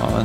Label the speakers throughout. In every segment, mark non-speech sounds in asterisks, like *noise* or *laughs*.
Speaker 1: Ja,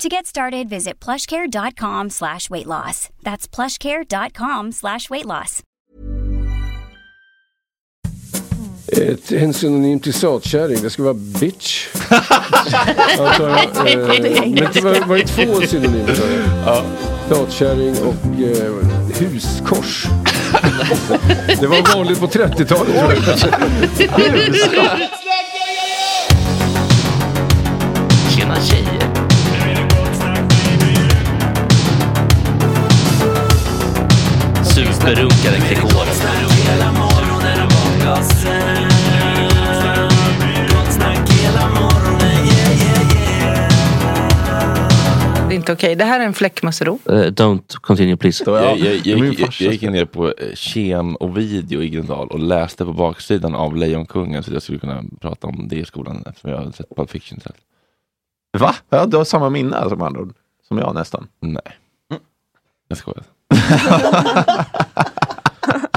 Speaker 2: To get started, visit plushcare.com slash weight loss. That's plushcare.com slash weight loss.
Speaker 3: Ett, en synonym till satkärring, det ska vara bitch. alltså, eh, men det var, var det två synonymer? sa jag? Satkärring och eh, huskors. det var vanligt på 30-talet tror jag.
Speaker 4: *laughs* Tjena tjejer! Superrunkare Gregor.
Speaker 5: Det
Speaker 6: inte okej. Det här är en fläckmussero.
Speaker 4: Eh, don't continue please.
Speaker 1: Jag, jag, jag,
Speaker 3: min
Speaker 1: jag, jag,
Speaker 3: farsa.
Speaker 1: jag gick ner på eh, kem och video i Gröndal och läste på baksidan av Lejonkungen så att jag skulle kunna prata om det i skolan eftersom jag hade sett Pulp Fiction. Så.
Speaker 5: Va? Ja, du har samma minne som andra ord. Som jag nästan.
Speaker 1: Nej,
Speaker 7: Mm.
Speaker 1: jag skojar.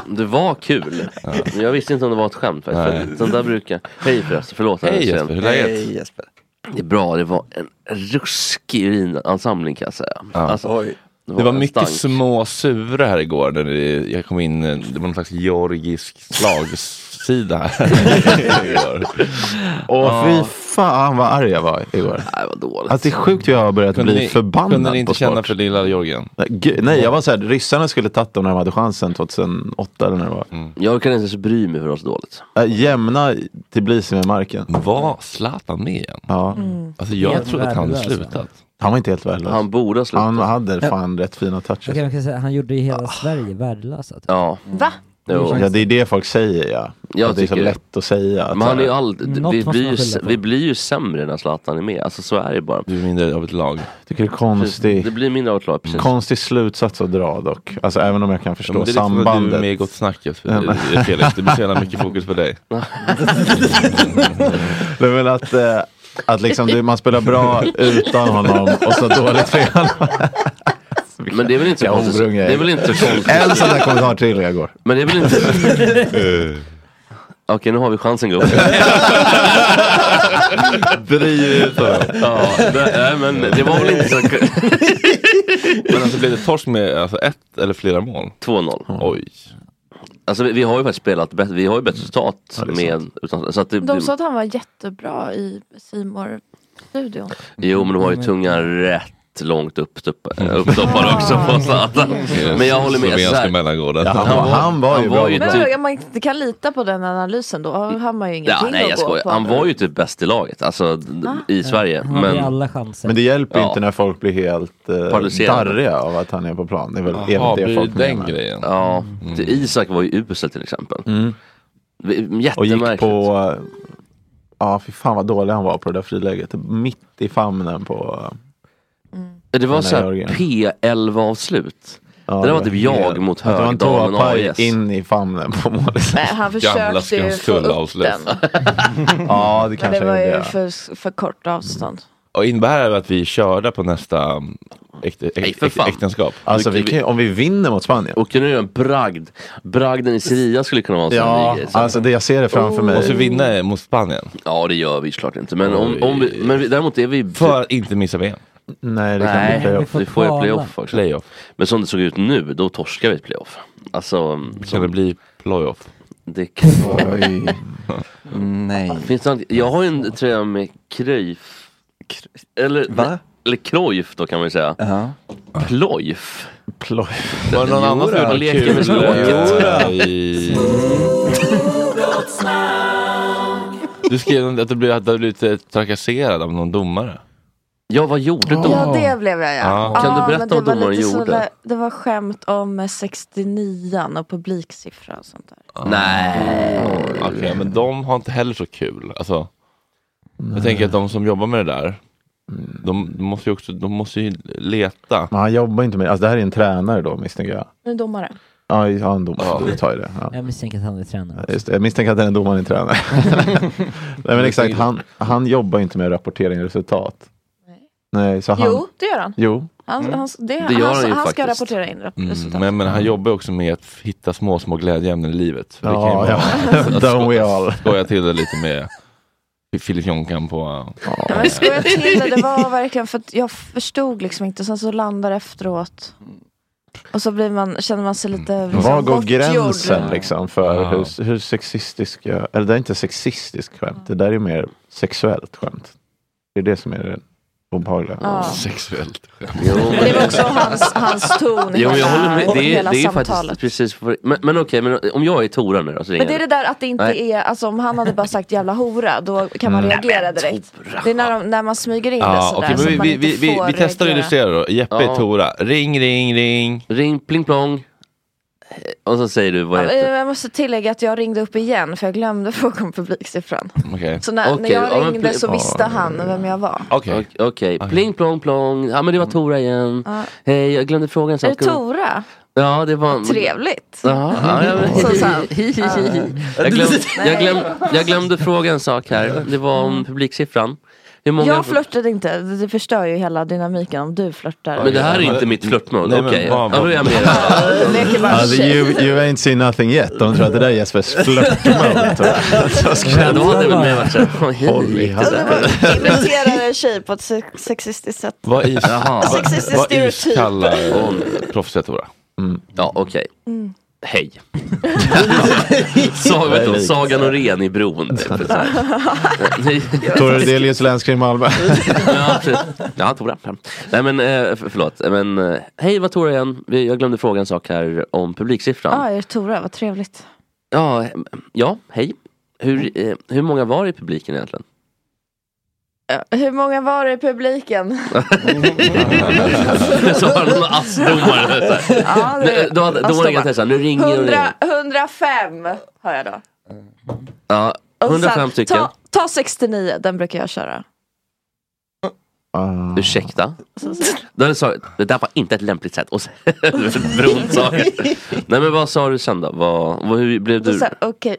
Speaker 4: Det var kul. Men Jag visste inte om det var ett skämt faktiskt. Sånt där brukar... Hej förresten, förlåt.
Speaker 1: Hej
Speaker 4: Sen.
Speaker 1: Jesper, hur är läget?
Speaker 5: Jesper.
Speaker 4: Det är bra, det var en ruskig urinansamling kan jag säga. Alltså,
Speaker 5: Oj.
Speaker 1: Det var
Speaker 4: en
Speaker 1: mycket
Speaker 4: stank.
Speaker 1: små sura här igår. När det, jag kom in, eh, det var någon slags georgisk slagsida
Speaker 5: *laughs*
Speaker 1: här. igår.
Speaker 5: Åh fy fan vad arg jag var igår.
Speaker 4: Nej, vad dåligt.
Speaker 5: Alltså det är sjukt hur jag har börjat
Speaker 1: Kunde
Speaker 5: bli
Speaker 1: ni,
Speaker 5: förbannad
Speaker 1: kunde ni inte
Speaker 5: på
Speaker 1: känna
Speaker 5: sport.
Speaker 1: för lilla Georgien?
Speaker 5: Nej, gud, Nej, jag var såhär, ryssarna skulle tagit dem när de hade chansen 2008 eller när det var.
Speaker 4: Jag kan inte ens bry mig för det var så dåligt.
Speaker 5: Äh, Jämna Tbilisi med marken.
Speaker 1: Var Zlatan med igen?
Speaker 5: Ja,
Speaker 1: Alltså jag
Speaker 7: Helt
Speaker 1: trodde att han hade
Speaker 7: värdelös,
Speaker 1: slutat.
Speaker 5: han var inte helt värdelös.
Speaker 4: Han
Speaker 5: Han,
Speaker 4: borde ha slutat.
Speaker 5: hade fan rätt fina touches.
Speaker 8: Okej, man kan säga, han gjorde ju
Speaker 7: Ah.
Speaker 8: hela Sverige värdelösa. Typ.
Speaker 4: Ja.
Speaker 6: Va?
Speaker 4: Jo.
Speaker 5: Ja, det är det folk säger ja.
Speaker 4: Jag
Speaker 5: att det är så
Speaker 4: tycker det.
Speaker 5: lätt att säga. Att,
Speaker 4: Men han är ju
Speaker 5: såhär,
Speaker 4: all...
Speaker 8: Något
Speaker 4: vi,
Speaker 8: måste
Speaker 4: blir
Speaker 8: man
Speaker 4: ju,
Speaker 8: skylla
Speaker 4: sä-
Speaker 8: på.
Speaker 4: vi blir ju sämre när Zlatan är med. Alltså så är det bara.
Speaker 1: Du är mindre av ett lag.
Speaker 5: tycker det är konstig,
Speaker 4: Det blir mindre av ett lag, precis.
Speaker 5: konstig slutsats att dra dock. Alltså även om jag kan
Speaker 1: Ja,
Speaker 5: förstå
Speaker 1: men det är liksom när du
Speaker 5: sambandet.
Speaker 1: är med i Gott Snack Jesper, eh, Felix. Det blir så jävla
Speaker 5: *laughs*
Speaker 1: mycket fokus på dig.
Speaker 5: Nej, men att, eh, att liksom, det- man spelar bra utan honom och så dåligt för honom.
Speaker 4: Men det är väl inte så
Speaker 5: Jag
Speaker 4: konstigt.
Speaker 5: omrungar
Speaker 4: Det är väl inte konstigt.
Speaker 5: En sån där kommentar till jag går.
Speaker 4: Men det är väl inte... Okej, nu har vi
Speaker 5: *laughs*
Speaker 4: chansen gubben.
Speaker 1: Bry ut honom.
Speaker 4: Ja, det, nej, men det var väl inte så...
Speaker 1: Men alltså blev det torsk med alltså, ett eller flera mål?
Speaker 4: 2-0.
Speaker 5: Mm.
Speaker 1: Oj.
Speaker 4: Alltså vi, vi har ju faktiskt spelat bättre, vi har ju bättre resultat med, utan, så att det,
Speaker 9: De sa att han var jättebra i simor studion
Speaker 4: Jo men de
Speaker 9: Mm.
Speaker 4: har ju tungan rätt långt uppstoppad
Speaker 5: Mm.
Speaker 4: uppstoppad också på Zlatan. Men jag håller med. Så
Speaker 1: Slovenska
Speaker 4: här,
Speaker 1: mellangården.
Speaker 5: Ja, han,
Speaker 4: Han
Speaker 5: var,
Speaker 4: var-
Speaker 5: han var ju
Speaker 4: han
Speaker 5: bra.
Speaker 4: var ju
Speaker 9: Men
Speaker 4: Typ-
Speaker 9: typ. man inte kan lita på den analysen då har man ju ingenting
Speaker 4: ja, nej
Speaker 9: att
Speaker 4: jag
Speaker 9: gå
Speaker 4: skojar.
Speaker 9: på. Ah.
Speaker 4: Han var ju typ bäst i laget, alltså d- i Sverige.
Speaker 8: Han hade ju
Speaker 4: Men
Speaker 8: alla chanser.
Speaker 5: Men det hjälper ju
Speaker 4: Ja.
Speaker 5: inte när folk blir helt eh,
Speaker 4: Paralyserade.
Speaker 5: darriga av att han är på plan. Det är väl
Speaker 1: Ja,
Speaker 5: även det folk
Speaker 1: den
Speaker 5: menar.
Speaker 1: grejen.
Speaker 4: ja, det- Isak var ju usel till exempel. Vi-
Speaker 5: Och
Speaker 4: Jättemärkligt.
Speaker 5: gick på... eh, Ja, fy fan vad dålig han var på det där friläget. Mitt i famnen på... eh,
Speaker 4: Det var
Speaker 5: den här
Speaker 4: såhär
Speaker 5: Jörgen.
Speaker 4: P11-avslut.
Speaker 5: Ja,
Speaker 4: det där var typ jag
Speaker 5: helt-
Speaker 4: mot
Speaker 5: att Det var en
Speaker 4: Högdamen
Speaker 5: toapaj
Speaker 4: AIS.
Speaker 5: in i famnen på målet.
Speaker 9: Nej, han
Speaker 1: Gamla
Speaker 9: försökte ju få upp
Speaker 1: Skanstull-avslut.
Speaker 9: den. *laughs*
Speaker 5: ja, det
Speaker 9: Men det
Speaker 5: kanske
Speaker 9: var
Speaker 5: är
Speaker 9: ju
Speaker 5: det.
Speaker 9: för, för kort avstånd.
Speaker 1: Och innebär det att vi körde på nästa um, äkt, äkt,
Speaker 4: Nej, för fan.
Speaker 1: äktenskap?
Speaker 5: Alltså, vi kan, ju- om vi vinner mot Spanien.
Speaker 4: Och kunde göra en bragd. Bragden i Sevilla skulle kunna vara en sån
Speaker 5: Ja,
Speaker 4: ny grej. Så- Oh.
Speaker 5: alltså det jag ser det framför mig.
Speaker 1: Och så vinna mot Spanien.
Speaker 4: Ja det gör vi såklart inte. Men, om, om vi, men vi, däremot är vi...
Speaker 1: För att inte missa VM.
Speaker 5: Nej, det kan
Speaker 4: Nej,
Speaker 5: inte jag.
Speaker 4: vi får, ju
Speaker 8: kvala.
Speaker 4: playoff också.
Speaker 1: Playoff.
Speaker 4: Men som det såg ut nu, då torskar vi ett playoff. Alltså,
Speaker 1: Kan
Speaker 4: så
Speaker 1: det bli playoff?
Speaker 4: det kan...
Speaker 5: Oj.
Speaker 4: Finns det något, jag har ju en tröja med Cruyff. Eller, eller Cruyff då kan man ju säga. Ployf.
Speaker 5: Ploj.
Speaker 1: Var det någon annan som gjorde
Speaker 4: då,
Speaker 1: något
Speaker 4: leker
Speaker 1: kul?
Speaker 4: med språket.
Speaker 1: Jodå. I- *laughs* Du skrev att du blev- att du hade blivit eh, trakasserad av någon domare.
Speaker 4: Ja vad gjorde de?
Speaker 9: Ja, det blev jag ja.
Speaker 1: Ja.
Speaker 9: ja
Speaker 4: Kan du
Speaker 9: men det
Speaker 4: berätta vad
Speaker 9: var
Speaker 4: domaren
Speaker 9: lite så
Speaker 4: gjorde?
Speaker 9: där- Det var skämt om eh, 69an och publiksiffra och sånt där.
Speaker 4: Nej.
Speaker 1: Okej, men de har inte heller så kul. Alltså, jag tänker att de som jobbar med det där, Mm. de, de måste ju också de måste ju leta.
Speaker 5: Men han jobbar inte med... Alltså det här är en tränare då misstänker jag.
Speaker 9: Nu domare.
Speaker 5: Ja, ja, en domare. Du tar ju det. Ja.
Speaker 8: Jag misstänker att han är tränare.
Speaker 5: Just det, jag misstänker att den domaren är tränare. Nej men exakt, han, han jobbar ju inte med rapportering och resultat.
Speaker 9: Nej.
Speaker 5: Nej, så han...
Speaker 9: Jo, det gör han.
Speaker 5: Jo. Mm.
Speaker 9: Han, han, det,
Speaker 4: Det gör
Speaker 9: han,
Speaker 4: han ju
Speaker 9: han ska
Speaker 4: faktiskt.
Speaker 9: rapportera in rap-
Speaker 1: Mm,
Speaker 9: resultat.
Speaker 1: men, men han jobbar också med att hitta små, små glädjeämnen i livet. För det kan ju
Speaker 5: Ja,
Speaker 1: vara-
Speaker 5: ja. *laughs*
Speaker 1: att
Speaker 5: Don't we all.
Speaker 1: Skoja till det lite med Filip Jonkan på...
Speaker 9: Ja, men skoja till det, det var verkligen för att jag förstod liksom inte. Sen så landar det efteråt. Och så blir man, känner man sig lite liksom,
Speaker 5: Mm. Alltså, Var går
Speaker 9: bortgjord.
Speaker 5: gränsen liksom för
Speaker 1: Ja.
Speaker 5: hur, hur sexistiska... Eller det är inte sexistiskt skämt, det där är mer sexuellt skämt. Det är det som är det obehagliga.
Speaker 9: Ja.
Speaker 1: Sexuellt.
Speaker 4: Jo, men-
Speaker 9: Men det var också hans, hans ton i
Speaker 4: Jo, men jag
Speaker 9: hela,
Speaker 4: håller med. Det är,
Speaker 9: hela
Speaker 4: det är
Speaker 9: samtalet.
Speaker 4: faktiskt precis. vad- Men, men okej, men om jag är Tora nu då så ringer
Speaker 9: Men det är det där att det inte
Speaker 4: Nej. Mm.
Speaker 9: är, alltså om han hade bara sagt jävla hora, då kan man reagera direkt. Det är när, de, när man smyger in det
Speaker 1: Ja,
Speaker 9: sådär
Speaker 1: okej,
Speaker 9: så
Speaker 1: men vi,
Speaker 9: att man
Speaker 1: vi,
Speaker 9: inte
Speaker 1: vi, vi,
Speaker 9: får
Speaker 1: vi testar att
Speaker 9: reagera.
Speaker 1: illustrera då. Jeppe
Speaker 4: Ja.
Speaker 1: Tora. Ring, ring, ring.
Speaker 4: Ring pling plong. Eh, Och så säger du, vad
Speaker 9: Ja,
Speaker 4: heter
Speaker 9: Jag måste tillägga att jag ringde upp igen för jag glömde fråga om publiksiffran.
Speaker 4: Okej.
Speaker 9: Så när, när
Speaker 4: ja, men
Speaker 9: jag ringde
Speaker 4: pl-
Speaker 9: så visste han vem jag var.
Speaker 4: Okej. Okej. Mm. Pling plong plong. Ja men det var Tora igen.
Speaker 9: Ja.
Speaker 4: Hej, jag glömde fråga en
Speaker 9: Är det
Speaker 4: sak.
Speaker 9: Tora?
Speaker 4: Ja, det var...
Speaker 9: Trevligt.
Speaker 4: Ja, ja, ja, men-
Speaker 9: Susanne.
Speaker 4: Jag, glöm,
Speaker 9: *laughs* Nej. Mm.
Speaker 4: jag, glöm, jag glömde fråga en sak här. Det var om publiksiffran. Hur många...
Speaker 9: Jag flörtade inte, det förstör ju hela dynamiken om du flörtar.
Speaker 4: Men det här är inte mitt flörtmode.
Speaker 5: Nej, men
Speaker 4: Okej, ja,
Speaker 5: vad-
Speaker 4: då är jag med.
Speaker 9: Leker bara
Speaker 5: Ja, det-
Speaker 9: tjej.
Speaker 5: Alltså, you, you ain't seen nothing yet. De tror att det där är Jespers flörtmode. *laughs* Så
Speaker 4: Ja, då hade väl mer varit så
Speaker 5: *laughs* Håll i handen.
Speaker 9: Imiterar en tjej på ett sex- sexistiskt sätt.
Speaker 1: Vad is-
Speaker 4: Jaha.
Speaker 9: Sexistisk
Speaker 1: vad
Speaker 9: stereotyp.
Speaker 1: iskallar
Speaker 9: *laughs*
Speaker 1: proffset Tora?
Speaker 4: Ja, okej.
Speaker 9: Mm.
Speaker 5: *laughs*
Speaker 4: Hej. Sa- vet du, Saga Norén i
Speaker 5: *laughs*
Speaker 4: bron. typ, så
Speaker 9: *laughs*
Speaker 4: här.
Speaker 5: Tore Delius, länskrim Malmö.
Speaker 4: Ja, precis. ja Tora. Nej men eh, för- förlåt. Men, eh, hej, det var Tora igen. Vi- Jag glömde fråga en sak här om
Speaker 9: Ja,
Speaker 4: publiksiffran.
Speaker 9: ah, är det Tora? Vad trevligt.
Speaker 4: Ja, eh, ja hej. Hur, eh, hur många var det i publiken egentligen? *laughs*
Speaker 9: Ja, Hur många var det i publiken?
Speaker 4: så var det någon assdomare. så här. *laughs*
Speaker 9: Ja, det-
Speaker 4: Men, då, hade- då var det ganska så här, nu ringer och ringer.
Speaker 9: 100, 105 har jag då.
Speaker 4: Ja,
Speaker 9: Och
Speaker 4: 105
Speaker 9: sen,
Speaker 4: stycken.
Speaker 9: Ta, ta 69, den brukar jag köra.
Speaker 4: Ursäkta? Då hade jag sagt, det där var inte ett lämpligt sätt. Och sen, *laughs* bron sa jag. Nej men vad sa du sen då? Vad, vad, hur blev
Speaker 9: Så
Speaker 4: du?
Speaker 9: sen, Okej.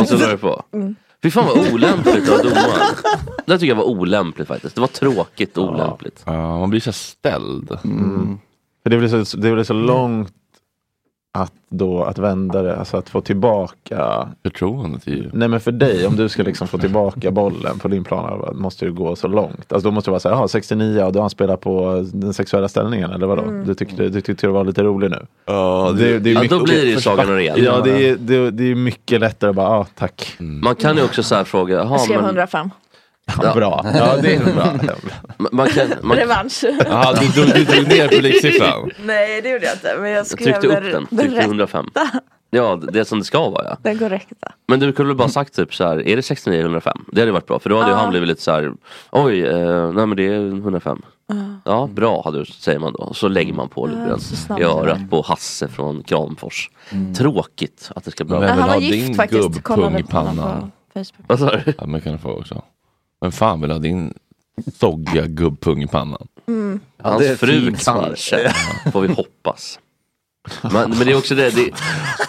Speaker 4: Och så la du på.
Speaker 9: Mm.
Speaker 4: Fy fan vad olämpligt av domaren. Det där tycker jag var olämpligt faktiskt. Det var tråkigt och olämpligt.
Speaker 1: Ja, man blir så ställd.
Speaker 5: Mm. För det blir så, det blir så långt att, då, att vända det, alltså att få tillbaka
Speaker 1: förtroendet. Ju.
Speaker 5: Nej men för dig, om du ska liksom få tillbaka bollen på din plan måste du gå så långt. Alltså då måste du vara så här, "Jaha, 69 och då har han spelat på den sexuella ställningen eller vadå?
Speaker 1: Mm.
Speaker 5: Du, tyckte, du tyckte det var lite rolig nu?
Speaker 1: Ja,
Speaker 4: det- Ja, då blir det ju Saga Norén.
Speaker 5: Ja, det är, det, det är mycket lättare att bara, ja ah, tack.
Speaker 1: Mm.
Speaker 4: Man kan ju också så här fråga. jaha,
Speaker 9: Jag skrev
Speaker 4: men-
Speaker 9: 105.
Speaker 5: Ja, bra. Ja, det är bra.
Speaker 4: Man- Man kan, man,
Speaker 9: Revansch.
Speaker 4: Jaha, du- du- du drog ner publiksiffran?
Speaker 9: Nej, det gjorde jag inte. Men jag
Speaker 4: jag
Speaker 9: skrev
Speaker 4: tryckte upp
Speaker 9: den-
Speaker 4: den,
Speaker 9: den
Speaker 4: tryckte
Speaker 9: rätta.
Speaker 4: 105. Ja, det som det ska vara ja.
Speaker 9: Den korrekta.
Speaker 4: Men du kunde väl bara sagt typ så här, är det 69 eller 105? Det hade varit bra, för då hade ju
Speaker 9: Ja.
Speaker 4: han blivit lite så här, oj, eh, nej men det är 105.
Speaker 9: Ja.
Speaker 4: Ja, bra hade du, säger man då. Och så lägger man på lite
Speaker 9: Ja,
Speaker 4: grann
Speaker 9: så snabbt.
Speaker 4: i örat på Hasse från Kramfors.
Speaker 1: Mm.
Speaker 4: Tråkigt att det ska bli
Speaker 1: Men vem vill
Speaker 9: Han var
Speaker 1: ha
Speaker 9: gift
Speaker 1: din
Speaker 9: faktiskt, kollade
Speaker 1: gubbpung i
Speaker 9: på honom
Speaker 1: pannan?
Speaker 9: på Facebook.
Speaker 4: Vad sa du?
Speaker 1: Ja, men kan du få också. Men fan vill ha din soggiga gubbpung i pannan?
Speaker 9: Mm.
Speaker 1: Ja, det är
Speaker 4: Hans fru
Speaker 1: fint svar.
Speaker 4: kanske, får vi hoppas. Men, men det är också det, det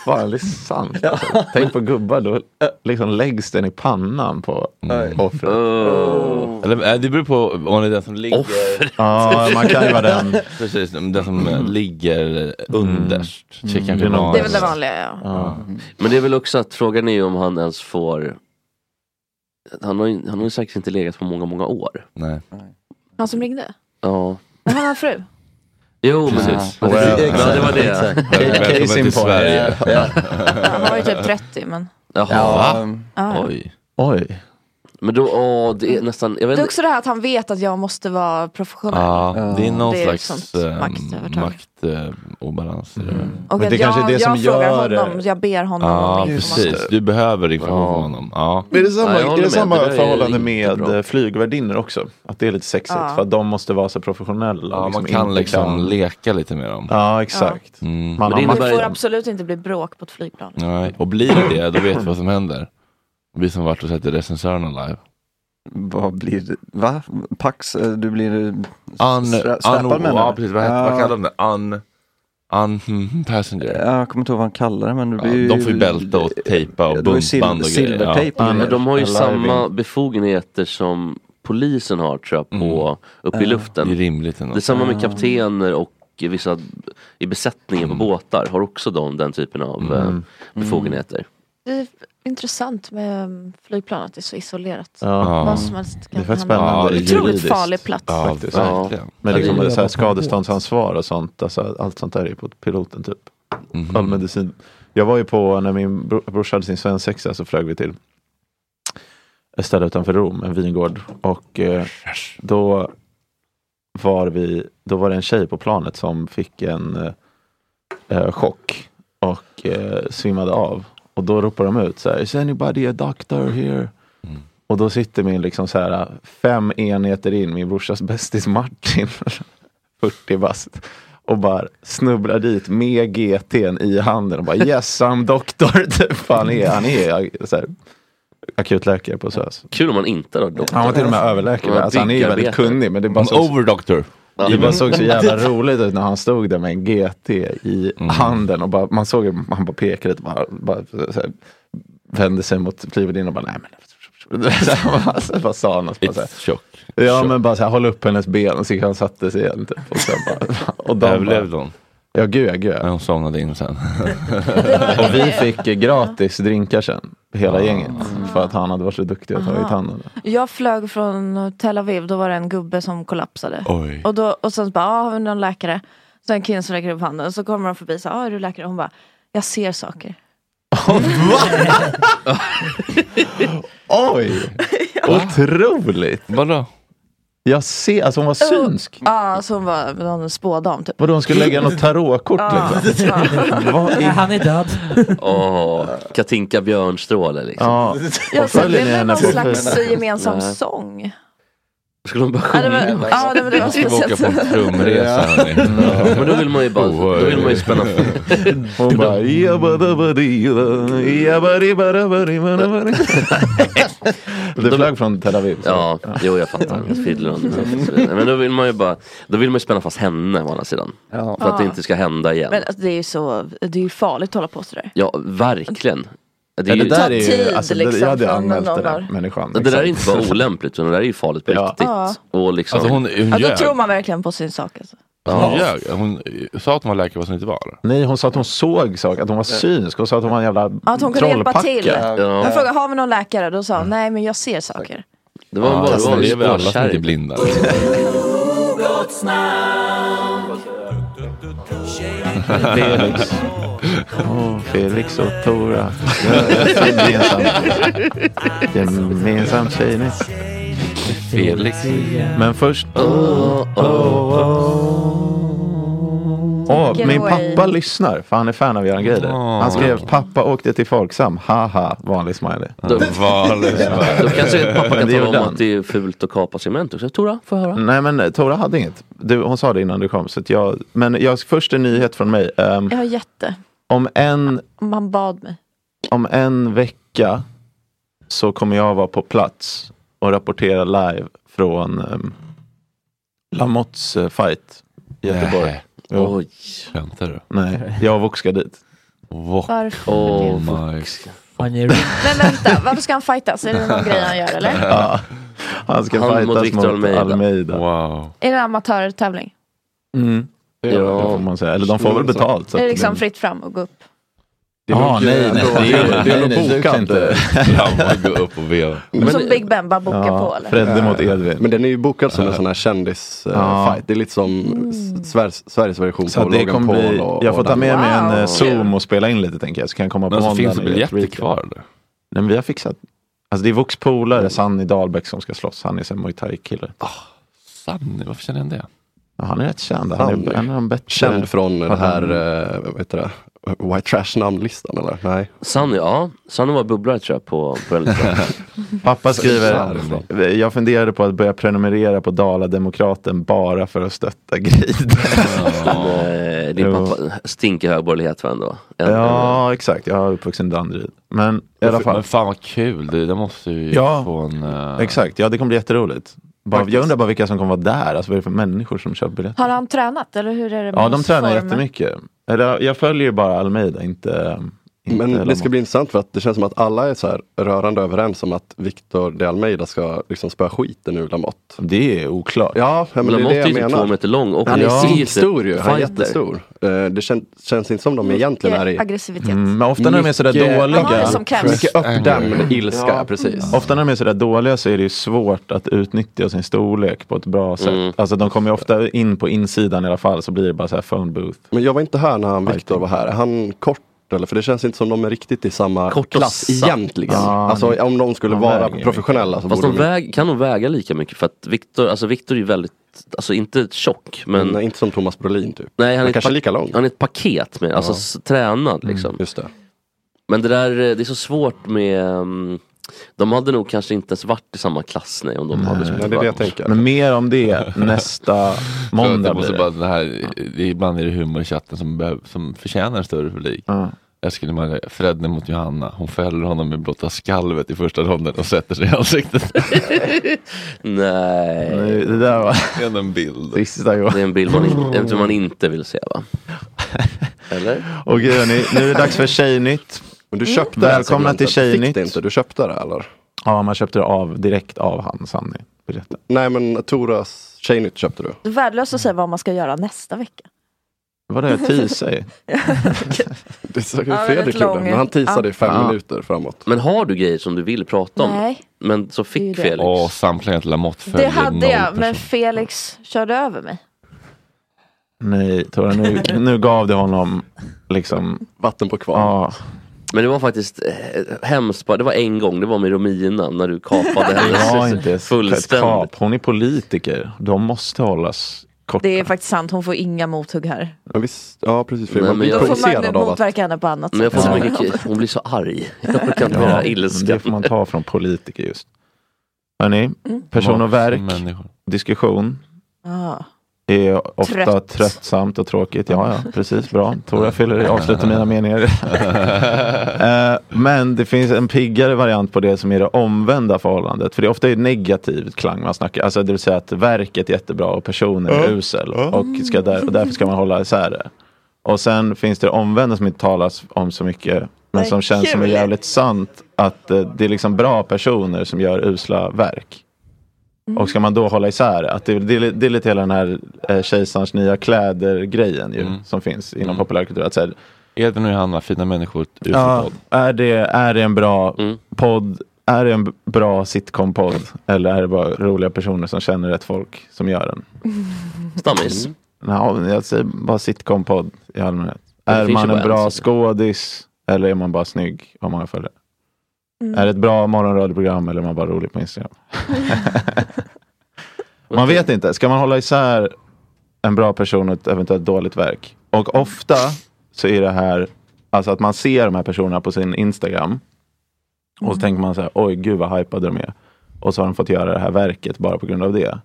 Speaker 5: Fan, det är sant. Alltså. Tänk på gubbar, då liksom läggs den i pannan på
Speaker 1: Mm.
Speaker 5: offret.
Speaker 1: Eller, eh, det beror på om man är den som ligger...
Speaker 5: Offret. *laughs* Ja, man kan ju vara den.
Speaker 1: *laughs* Precis, den som eh, ligger underst. Mm. Kanske
Speaker 9: Det är väl det vanliga, ja.
Speaker 4: Men det är väl också att frågan är ju om han ens får han har, ju, han har ju säkert inte legat på många, många år.
Speaker 1: Nej.
Speaker 9: Han som ringde?
Speaker 4: Ja.
Speaker 9: Men han har fru.
Speaker 4: Jo, Oh, men,
Speaker 1: Precis.
Speaker 4: men,
Speaker 1: Well,
Speaker 4: ja, det
Speaker 1: *laughs*
Speaker 4: var det.
Speaker 1: exakt. Välkommen till Sverige.
Speaker 4: Ja.
Speaker 9: Han var ju typ 30 men.
Speaker 4: Jaha.
Speaker 9: Ja. Ja.
Speaker 4: Oj.
Speaker 5: Oj.
Speaker 4: Men då, åh, det är nästan, jag
Speaker 9: Det
Speaker 4: vet
Speaker 9: är
Speaker 4: inte.
Speaker 9: också det här att han vet att jag måste vara professionell.
Speaker 1: Ja, det är någon
Speaker 9: ju ett
Speaker 1: slags
Speaker 9: sånt
Speaker 1: eh,
Speaker 9: maktövertag.
Speaker 1: maktobalans. i det.
Speaker 9: Och att jag, jag frågar honom, jag ber honom
Speaker 1: Mm. Ja,
Speaker 9: om information.
Speaker 1: precis. Du behöver information från honom. Ja.
Speaker 5: Men Är det samma,
Speaker 1: Ja, jag
Speaker 5: är
Speaker 1: håller
Speaker 5: det
Speaker 1: med.
Speaker 5: samma
Speaker 1: Det där är
Speaker 5: förhållande
Speaker 1: inte
Speaker 5: med
Speaker 1: bra.
Speaker 5: eh, flygvärdinnor också? Att det är lite sexigt
Speaker 9: Ja.
Speaker 5: för att de måste vara så professionella.
Speaker 1: Ja,
Speaker 5: och
Speaker 1: man kan
Speaker 5: inte
Speaker 1: liksom leka lite med dem.
Speaker 5: Ja, exakt.
Speaker 1: Mm.
Speaker 5: Man
Speaker 9: Men det får absolut inte bli bråk på ett flygplan.
Speaker 1: Nej, och blir det det, då vet vi vad som händer. Vi som varit och sett recensörerna live.
Speaker 10: Vad blir det? Va? Pax? eh, Du blir
Speaker 1: Un,
Speaker 10: stra-
Speaker 1: un,
Speaker 10: strappad med
Speaker 1: ja,
Speaker 10: det?
Speaker 1: precis. Vad, heter,
Speaker 10: Ja.
Speaker 1: vad kallar de det? Un, un hmm, passenger.
Speaker 10: Ja, jag kommer inte ihåg vad han kallar det men det
Speaker 1: Ja,
Speaker 10: blir ju...
Speaker 1: de får ju bälta och tejpa och
Speaker 10: det var ju sil-
Speaker 1: buntband och grejer.
Speaker 10: silvertejp och
Speaker 4: Men
Speaker 10: grejer.
Speaker 4: de har ju
Speaker 10: Eller
Speaker 4: samma
Speaker 10: Irving.
Speaker 4: befogenheter som polisen har tror jag på
Speaker 1: Mm.
Speaker 4: uppe i
Speaker 10: Ja.
Speaker 4: luften.
Speaker 1: Det är rimligt ändå.
Speaker 4: Det är samma med
Speaker 1: Ja.
Speaker 4: kaptener och i vissa i besättningen på båtar har också de den typen av eh,
Speaker 5: Mm.
Speaker 4: befogenheter.
Speaker 9: Det är intressant med um, flygplan, att det är så isolerat.
Speaker 5: Ja.
Speaker 9: Vad som helst
Speaker 5: Det är
Speaker 9: kan
Speaker 5: faktiskt
Speaker 9: hända.
Speaker 5: spännande.
Speaker 9: Otroligt farlig plats.
Speaker 5: Ja, faktiskt. verkligen. Men liksom det är så här skadeståndsansvar och sånt. Alltså, allt sånt där är på piloten typ.
Speaker 1: Mm.
Speaker 5: All medicin. Jag var ju på, när min bro- brorsa hade sin svensexa så flög vi till ett ställe utanför Rom, en vingård. Och eh, då, var vi, då var det en tjej på planet som fick en eh, eh, chock och eh, svimmade av. Och då ropar de ut så här, is anybody a doctor here? Och då sitter min liksom så här, fem enheter in, min brorsas bästis Martin, 40 bast. och bara snubblar dit med GTn i handen och bara yes I'm doctor. Typ. Han är, han är så här, akutläkare på SÖS.
Speaker 4: Kul om man inte har doktor.
Speaker 5: Han var till och med överläkare. Alltså, han är ju väldigt kunnig. Men det
Speaker 4: Mm.
Speaker 5: bara såg,
Speaker 1: Overdoctor.
Speaker 4: Oh.
Speaker 5: det bara såg så jävla roligt ut när han stod där med en GT i handen och bara, man såg hur han bara pekade och bara, bara så här, vände sig mot Fliverdin och bara nej men så här, bara- så bara sa han något. Bara, så här. Alltså- Ja men bara så här, håll upp hennes ben så han satte sig igen. Typ. Och, sen bara,
Speaker 1: *laughs*
Speaker 5: och de
Speaker 1: Överlevde
Speaker 5: bara, Ja gud ja gud.
Speaker 1: Hon somnade in sen.
Speaker 5: *laughs* och vi fick eh, gratis drinkar sen. Hela gänget. För att han hade varit så duktig och tagit hand om det.
Speaker 9: Jag flög från Tel Aviv, då var det en gubbe som kollapsade.
Speaker 5: Oj.
Speaker 9: Och, då, och sen så bara, ah, har vi någon läkare? Så en kvinna som räcker upp handen och så kommer de förbi och säger, ah, är du läkare? Och hon bara, jag ser saker.
Speaker 5: *laughs* Oj!
Speaker 9: *laughs*
Speaker 5: Otroligt!
Speaker 1: Vadå?
Speaker 5: Jag ser, alltså hon var synsk.
Speaker 9: Ja, så hon var någon spådam typ.
Speaker 5: Vadå hon skulle lägga något tarotkort
Speaker 9: Ja.
Speaker 5: liksom? Vad i-
Speaker 8: *laughs* Han är död.
Speaker 4: *laughs* Åh, Katinka Björnstråle liksom.
Speaker 5: Ja.
Speaker 9: Ja, så blev det någon
Speaker 4: på-
Speaker 9: slags gemensam
Speaker 4: Nej.
Speaker 9: sång.
Speaker 4: Skulle de bara
Speaker 9: Ja, det var,
Speaker 4: sjunga?
Speaker 9: ja, det var, det var speciellt.
Speaker 1: trumresa, hörni.
Speaker 4: Ja, Men då vill man ju bara, då vill man ju
Speaker 5: *laughs*
Speaker 4: spänna
Speaker 5: Hon bara "Jabba-dabba-dida, *laughs* jabba-ribba-rabba-ribba-rabba-ribba." Det flög från Tel Aviv.
Speaker 4: Ja, jo jag fattar. Fiddlon. Men då vill man ju bara, då vill man ju spänna fast henne å andra sidan.
Speaker 9: Ja.
Speaker 4: För att det inte ska hända igen.
Speaker 9: Men alltså, det är ju så, det är ju farligt att hålla på sådär.
Speaker 4: Ja, verkligen.
Speaker 5: Ja, det där är ju-
Speaker 9: tid, alltså, det- jag liksom, hade från anmält någon det där, av-
Speaker 5: människan.
Speaker 4: Det där är inte
Speaker 5: *laughs*
Speaker 4: bara olämpligt, utan det där är ju farligt på riktigt.
Speaker 9: Ja.
Speaker 4: Och liksom,
Speaker 1: Alltså hon, hon
Speaker 9: Ja, då
Speaker 1: ljög.
Speaker 9: tror man verkligen på sin sak. Alltså.
Speaker 1: Hon ljög. Hon sa att hon var läkare fast hon inte var.
Speaker 5: Nej, hon sa att hon såg saker, att hon var synsk. Hon sa att hon var en jävla
Speaker 9: Ja, att hon kunde hjälpa till.
Speaker 5: Ja.
Speaker 9: Jag frågade, har vi någon läkare? Då sa hon, nej men jag ser saker.
Speaker 4: Det var bara- det var en
Speaker 1: alltså, det är väl alla som inte är
Speaker 4: spårkärring.
Speaker 5: *laughs*
Speaker 1: blinda.
Speaker 5: Felix. Åh, Felix och Tora. Gemensam. Gemensam tjejnytt.
Speaker 1: Felix.
Speaker 5: Men först... Åh,
Speaker 4: Oh,
Speaker 9: Vilken
Speaker 5: min
Speaker 9: way.
Speaker 5: pappa lyssnar, för han är fan av Göran Greider. Han skrev pappa åkte till Folksam, haha, vanlig smiley.
Speaker 1: *laughs*
Speaker 5: *laughs*
Speaker 4: Då kanske pappa
Speaker 5: Men
Speaker 4: kan
Speaker 5: det
Speaker 4: tala
Speaker 5: gjorde
Speaker 4: om
Speaker 5: han.
Speaker 4: att det är fult att kapa cement också. Tora, får jag höra?
Speaker 5: Nej men eh, Tora hade inget. Du, hon sa det innan du kom. Så att jag, men jag, först en nyhet från mig. Ehm,
Speaker 9: Jag har jätte.
Speaker 5: om, en,
Speaker 9: Man bad mig.
Speaker 5: om en vecka så kommer jag vara på plats och rapportera live från um, Lamottes eh, fight i Göteborg.
Speaker 1: Nej.
Speaker 5: Jo.
Speaker 4: Oj.
Speaker 1: Skämtar du?
Speaker 5: Nej, jag och Vox ska dit.
Speaker 9: Varför?
Speaker 4: Åh,
Speaker 1: my
Speaker 9: Men vänta, varför ska han fightas? Är det
Speaker 5: *laughs*
Speaker 9: någon grej han gör eller?
Speaker 5: Ja. Han ska
Speaker 4: Han mot
Speaker 5: fightas mot,
Speaker 4: Victor Almeida.
Speaker 5: Almeida.
Speaker 1: Wow.
Speaker 9: Är det en amatörtävling?
Speaker 5: Mm. Ja. Det får man säga. Eller de får väl betalt. så
Speaker 9: Är det
Speaker 5: att-
Speaker 9: liksom fritt fram och gå upp?
Speaker 5: Ja, ah, nej, nej, det eh. är, nej, nej, du kan inte.
Speaker 1: Lamma gå upp och veva.
Speaker 9: Som Big Ben bara bokar på eller?
Speaker 5: Fredde mot Edvin.
Speaker 11: Men den är ju bokad som en sån här kändis-fight.
Speaker 5: Ja.
Speaker 11: Det är lite som
Speaker 9: Mm.
Speaker 11: Sveriges, Sveriges version
Speaker 5: Så
Speaker 11: på
Speaker 5: det
Speaker 11: Logan
Speaker 5: kommer
Speaker 11: Paul.
Speaker 5: bli,
Speaker 11: Och,
Speaker 5: jag får ta
Speaker 11: och
Speaker 5: med mig en eh,
Speaker 11: Wow.
Speaker 5: zoom och spela in lite tänker jag. Så kan jag komma på
Speaker 1: Men så
Speaker 5: måndagen
Speaker 1: finns det
Speaker 5: och ge ett
Speaker 1: biljetter
Speaker 5: recap.
Speaker 1: kvar eller?
Speaker 5: Nej men vi har fixat. Alltså det är Vox polare, Sanny Dahlbäck som ska slåss. Han är sen muay thai kille.
Speaker 1: Ah, Sanny, varför känner jag igen det?
Speaker 5: Ja, han är rätt känd. Han är en av de bättre.
Speaker 11: Känd från den här,
Speaker 5: Han-
Speaker 11: eh, vad heter det, White Trash namnlistan eller? Nej.
Speaker 4: Sanny, ja. Sanny var bubblare tror jag på,
Speaker 5: *laughs*
Speaker 4: på eh, den listan.
Speaker 5: Pappa
Speaker 4: Sanny.
Speaker 5: skriver, jag funderade på att börja prenumerera på Dala-Demokraten bara för att stötta Grid.
Speaker 4: Nej, Din
Speaker 5: Jo.
Speaker 4: pappa stinker högborgerlighet va ändå? En-
Speaker 5: ja, exakt. Jag är uppvuxen i Danderyd. Men i alla fall.
Speaker 1: Men fan vad kul, det, det måste ju
Speaker 5: Ja.
Speaker 1: få en... eh,
Speaker 5: Exakt, ja det kommer bli jätteroligt. Bara,
Speaker 1: Faktiskt.
Speaker 5: jag undrar bara vilka som kommer vara där, alltså vad är det för människor som köper biljetter?
Speaker 9: Har han tränat eller hur är det med
Speaker 5: Ja, de
Speaker 9: hans
Speaker 5: tränar
Speaker 9: form?
Speaker 5: jättemycket. Eller, jag följer ju bara Almeida, inte... inte
Speaker 11: Men det
Speaker 5: Lamotte.
Speaker 11: ska bli intressant för att det känns som att alla är så här rörande överens om att Victor de Almeida ska liksom spöa skiten ur Lamotte.
Speaker 5: Det är oklart.
Speaker 11: Ja, men det är
Speaker 4: Lamotte
Speaker 11: det
Speaker 4: är
Speaker 11: jag
Speaker 4: ju typ
Speaker 11: menar.
Speaker 4: två meter lång och
Speaker 11: han är
Speaker 4: Ja.
Speaker 11: svinstor ju. Han är
Speaker 4: Fighter.
Speaker 11: jättestor. Eh, Det kän, känns inte som de egentligen är i...
Speaker 9: Mycket aggressivitet.
Speaker 5: Mm, men ofta när de är sådär
Speaker 11: Mycket-
Speaker 5: dåliga.
Speaker 9: Han har det som krävs.
Speaker 11: Mycket uppdämd ilska,
Speaker 5: Ja.
Speaker 11: precis.
Speaker 5: Ofta när de är sådär dåliga så är det ju svårt att utnyttja sin storlek på ett bra sätt. Alltså de kommer ju ofta in på insidan i alla fall så blir det bara såhär phone booth.
Speaker 11: Men jag var inte här när han Viktor var här. Är han kort eller? För det känns inte som de är riktigt i samma
Speaker 4: Kort och
Speaker 11: klass
Speaker 4: satt.
Speaker 11: egentligen.
Speaker 4: Ja, nej.
Speaker 11: alltså om de skulle
Speaker 4: De
Speaker 11: vara
Speaker 4: väger ju
Speaker 11: professionella så
Speaker 4: Fast
Speaker 11: borde
Speaker 4: de väg, kan nog väga lika mycket för att Viktor, alltså Viktor är ju väldigt, alltså inte tjock men
Speaker 11: Nej, inte som Thomas Brolin typ.
Speaker 4: Nej, han
Speaker 11: Men
Speaker 4: är
Speaker 11: kanske
Speaker 4: ett pa-
Speaker 11: lika lång.
Speaker 4: Han är ett paket med, alltså
Speaker 11: Ja.
Speaker 5: Mm,
Speaker 4: s- tränad liksom.
Speaker 11: Just det.
Speaker 4: Men det där, eh, det är så svårt med um, De hade nog kanske inte ens varit i samma klass nej, om de hade
Speaker 5: Nej, det är det jag tänker. Men mer om det *laughs* nästa
Speaker 1: Förlåt,
Speaker 5: måndag
Speaker 1: jag
Speaker 5: blir
Speaker 1: måste
Speaker 5: Mm. det.
Speaker 1: bara, den här, det är ibland är det humor i chatten som, behöv, som förtjänar en större publik. Jag skulle med Fredde mot Johanna, hon fäller honom i blotta skalvet i första ronden och sätter sig i ansiktet. *laughs*
Speaker 4: Nej.
Speaker 5: det där var...
Speaker 1: Det är en bild.
Speaker 5: Sista gången.
Speaker 4: Det är en bild man, inte- en som man inte vill se va? Eller?
Speaker 5: Och gud, hörni, nu är det dags för Tjejnytt.
Speaker 11: Men du köpte det här
Speaker 5: Välkomna
Speaker 11: segmentet.
Speaker 5: till
Speaker 11: Fick
Speaker 5: Tjejnytt.
Speaker 11: det inte? Du köpte det eller?
Speaker 5: Ja, man köpte det av, direkt av han, Sanny. Berätta.
Speaker 11: Nej men Toras Tjejnytt köpte du.
Speaker 9: Det är värdelöst att säga vad man ska göra nästa vecka.
Speaker 5: Vad är det?
Speaker 9: *laughs*
Speaker 5: Tisa i?
Speaker 11: Det sa
Speaker 9: Ja, väldigt
Speaker 4: Fredrik gjorde,
Speaker 9: lång.
Speaker 4: men han teasade i fem
Speaker 9: Ja.
Speaker 4: minuter framåt. Men har du grejer som du vill prata om?
Speaker 9: Nej.
Speaker 4: Men så
Speaker 9: Det är
Speaker 4: fick
Speaker 9: det.
Speaker 4: Felix.
Speaker 1: Åh, samplingen till Lamotte
Speaker 9: Det hade jag, men Felix körde över mig.
Speaker 5: Nej, Tora, nu, nu gav det honom liksom...
Speaker 11: Vatten på kvar.
Speaker 5: Ja.
Speaker 4: Men det var faktiskt eh, hemskt, bara- det var en gång, det var med Romina när du kapade
Speaker 5: Det var
Speaker 4: hennes
Speaker 5: inte ens ett
Speaker 4: fullständigt.
Speaker 5: kap. Hon är politiker. De måste hållas kort.
Speaker 9: Det är faktiskt sant, hon får inga mothugg här.
Speaker 11: Ja, visst. ja precis. För
Speaker 4: Nej,
Speaker 11: man
Speaker 4: men
Speaker 11: blir
Speaker 4: jag-
Speaker 9: Då får
Speaker 11: provocerad
Speaker 9: Magnus
Speaker 11: av att...
Speaker 9: motverka henne på annat
Speaker 4: Men jag
Speaker 9: sätt.
Speaker 4: får så mycket, ki- hon blir så arg. Jag
Speaker 5: *laughs*
Speaker 4: orkar inte höra ilskan.
Speaker 5: det
Speaker 4: *laughs*
Speaker 5: får man ta från politiker just. Hörni, person och verk, diskussion
Speaker 9: Ah.
Speaker 5: är ofta
Speaker 9: Trött.
Speaker 5: tröttsamt och tråkigt. Ja, ja, precis. Bra. Tora fyller i, avslutar mina meningar. Eh, Men det finns en piggare variant på det som är det omvända förhållandet. För det är ofta är negativt klang man snackar. Alltså det vill säga att verket är jättebra och personen är
Speaker 11: Ja.
Speaker 5: usel. Och, ska där, och därför ska man hålla isär det. Och sen finns det omvända som inte talas om så mycket. Men
Speaker 11: Nej,
Speaker 5: som känns som är
Speaker 11: kul.
Speaker 5: jävligt sant. Att eh, det är liksom bra personer som gör usla verk. Och ska man då hålla isär det? att det? Det är, li- det är lite hela den här eh, kejsarens nya kläder-grejen ju. Som finns inom populärkultur. Att så här,
Speaker 1: Är det nu Hanna, fina människor,
Speaker 5: Ja,
Speaker 1: uselpodd?
Speaker 5: är, det, är det en bra Mm. podd? Är det en b- bra sitcom-podd? Eller är det bara roliga personer som känner rätt folk som gör den?
Speaker 4: *laughs*
Speaker 5: Mm.
Speaker 4: Stammis.
Speaker 5: Ja, men jag säger bara sitcom-podd i allmänhet.
Speaker 4: Men det
Speaker 5: Är
Speaker 4: finns ju
Speaker 5: man
Speaker 4: bara
Speaker 5: en
Speaker 4: en
Speaker 5: bra
Speaker 4: sån.
Speaker 5: skådis? Eller är man bara snygg? Om man följer.
Speaker 9: Mm.
Speaker 5: Är det ett bra morgonradioprogram eller är man bara rolig på Instagram? man vet inte. Ska man hålla isär en bra person och ett eventuellt dåligt verk? Och ofta så är det här, alltså att man ser de här personerna på sin Instagram. Och så tänker man så här, oj gud vad hypade de är. Och så har de fått göra det här verket bara på grund av det.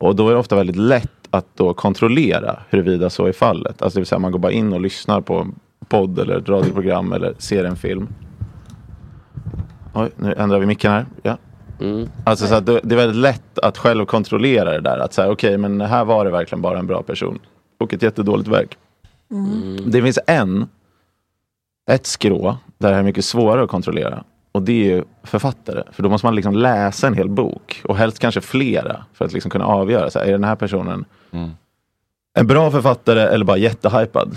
Speaker 5: Och då är det ofta väldigt lätt att då kontrollera huruvida så är fallet. Alltså det vill säga man går bara in och lyssnar på en podd eller ett radioprogram eller ser en film. Oj, nu ändrar vi micken här. Ja. Alltså så att det det är väldigt lätt att själv kontrollera det där. Att säga okej men här var det verkligen bara en bra person. Och ett jättedåligt verk. Det finns en, ett skrå, där det här är mycket svårare att kontrollera. Och det är ju författare. För då måste man liksom läsa en hel bok. Och helst kanske flera. För att liksom kunna avgöra. Så här, är den här personen en bra författare eller bara jättehypad?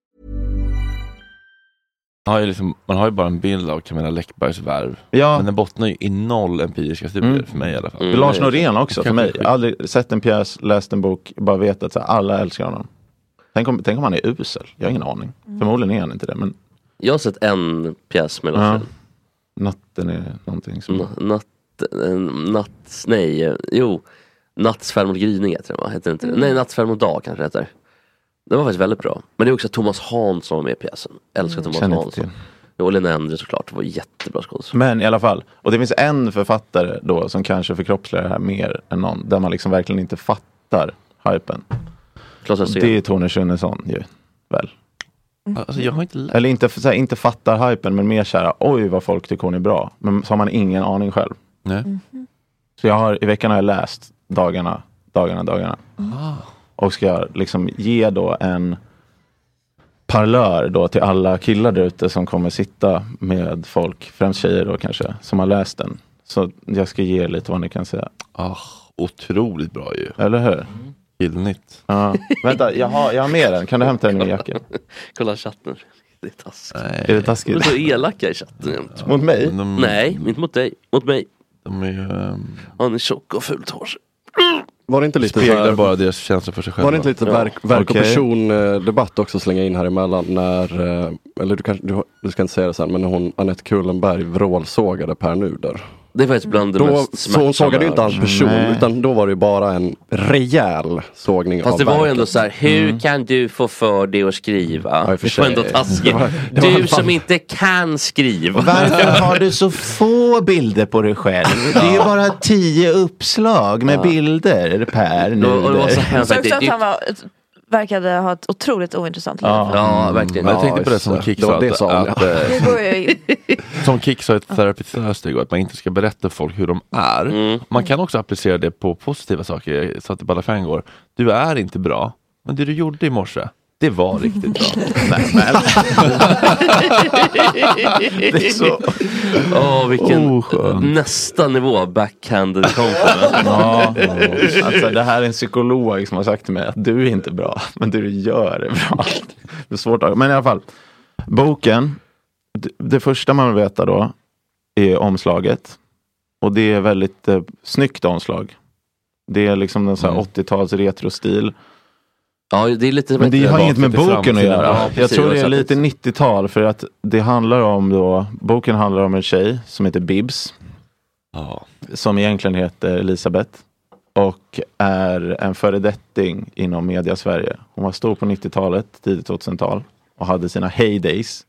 Speaker 1: Man har, ju liksom, man har ju bara en bild av Camilla Läckbergs värv. Men den bottnar ju i noll empiriska studier
Speaker 5: Mm.
Speaker 1: för mig i alla fall.
Speaker 5: Lars Norén också för
Speaker 1: Kanske
Speaker 5: mig. Aldrig sett en pjäs, läst en bok, bara vet att så här, alla älskar honom. Tänk om, tänk om han är usel? Jag har ingen aning.
Speaker 3: Mm.
Speaker 5: Förmodligen är han inte det. Men
Speaker 4: Jag har sett en pjäs med
Speaker 5: ja,
Speaker 4: Lasse.
Speaker 5: natten är någonting som...
Speaker 4: N- Natt, eh, natt, nej, eh, jo. Nattsfärd mot gryning heter den va? Heter den inte det? Nej, Nattsfärd mot dag kanske det heter. Den var faktiskt väldigt bra. Men det är också Thomas Hansson var med i pjäsen. Älskar
Speaker 5: Mm.
Speaker 4: Thomas
Speaker 5: Känner inte
Speaker 4: Hansson. Jo, och Lena Endre såklart. Det var jättebra skådespelare.
Speaker 5: Men i alla fall. Och det finns en författare då som kanske förkroppsligar det här mer än någon. Där man liksom verkligen inte fattar hypen.
Speaker 4: Claes
Speaker 5: Och
Speaker 4: Östergren.
Speaker 5: det är Tone Schunnesson ju. Väl?
Speaker 1: Alltså, jag har inte läst.
Speaker 5: Eller inte, så här, inte fattar hypen men mer så här, oj vad folk tycker hon är bra. Men så har man ingen aning själv.
Speaker 1: Nej.
Speaker 5: Så jag har, i veckan har jag läst dagarna, dagarna, dagarna.
Speaker 4: Ah.
Speaker 5: Och ska liksom ge då en parlör då till alla killar där ute som kommer sitta med folk, främst tjejer då kanske, som har läst den. Så jag ska ge er lite vad ni kan säga.
Speaker 1: Ah, otroligt bra ju.
Speaker 5: Eller hur?
Speaker 1: Gillnytt.
Speaker 5: Ja. Vänta, jag har, jag har med den. Kan du hämta den i min jacka?
Speaker 4: Kolla chatten. Det är taskigt.
Speaker 5: Är det taskigt?
Speaker 4: De är så elaka i chatten jämt.
Speaker 5: Mot mig? de-
Speaker 4: Nej, inte mot dig. Mot mig.
Speaker 1: De är ju...
Speaker 4: Han är tjock och fult hår.
Speaker 11: Var det inte lite
Speaker 1: Speglar
Speaker 11: så här-
Speaker 1: bara deras känslor för sig själva.
Speaker 11: Var det inte lite verk, verk och persondebatt också att slänga in här emellan när, eh, eller du, kanske, du, har- du ska inte säga det sen, men när hon Anette Kullenberg vrålsågade Per Nuder.
Speaker 4: Det var faktiskt bland det
Speaker 11: Då,
Speaker 4: mest
Speaker 11: så hon sågade ju inte hans person
Speaker 4: Nej.
Speaker 11: utan då var det ju bara en rejäl sågning
Speaker 4: Fast
Speaker 11: av
Speaker 4: det var ju
Speaker 11: verket.
Speaker 4: ändå så här, hur
Speaker 5: Mm.
Speaker 4: kan du få för dig att skriva?
Speaker 11: Ja, i och för
Speaker 4: det var
Speaker 11: sig.
Speaker 4: ändå taskigt.
Speaker 11: Det var-
Speaker 5: det var
Speaker 4: du
Speaker 5: fan-
Speaker 4: som inte kan
Speaker 5: *laughs*
Speaker 4: skriva.
Speaker 5: Varför har du så få bilder på dig själv? Det är ju bara tio uppslag med
Speaker 4: Ja.
Speaker 5: bilder per nu.
Speaker 4: och det var så
Speaker 9: Jag såg också att han var, verkade ha ett otroligt ointressant liv.
Speaker 1: Ja, verkligen. Men jag tänkte på det som Kik sa.
Speaker 11: Det,
Speaker 1: att-
Speaker 11: det sa hon,
Speaker 1: att,
Speaker 11: ja.
Speaker 1: eh,
Speaker 9: Det går ju in.
Speaker 1: Som Kik sa i Therapy Thursday igår, typ, att man inte ska berätta för folk hur de är.
Speaker 11: Mm.
Speaker 1: Man kan också applicera det på positiva saker. Jag sa till Balafan igår, du är inte bra, men det du gjorde i morse, det var
Speaker 9: *laughs*
Speaker 1: riktigt bra. Nej, men.
Speaker 4: Det är *laughs* så- Åh, vilken
Speaker 5: Oh,
Speaker 4: nästa nivå av backhanded compliment.
Speaker 5: Ja, *laughs* alltså, det här är en psykolog som har sagt till mig att du är inte bra, men det du gör är bra. *laughs* Det är svårt att... Men i alla fall, boken, d- det första man vill veta då är omslaget. Och det är väldigt eh, snyggt omslag. Det är liksom en sån här 80-tals retrostil.
Speaker 4: Ja, det är lite som
Speaker 5: Men det
Speaker 4: heter
Speaker 5: har inget med
Speaker 4: Bakåt i
Speaker 5: boken att
Speaker 4: framtiden.
Speaker 5: göra.
Speaker 4: Ja,
Speaker 5: jag
Speaker 4: precis,
Speaker 5: tror det är
Speaker 4: exakt.
Speaker 5: lite 90-tal för att det handlar om då, boken handlar om en tjej som heter Bibs. Som egentligen heter Elisabeth. Och är en föredetting inom media Sverige. Hon var stor på 90-talet, tidigt 2000-tal. Och hade sina heydays.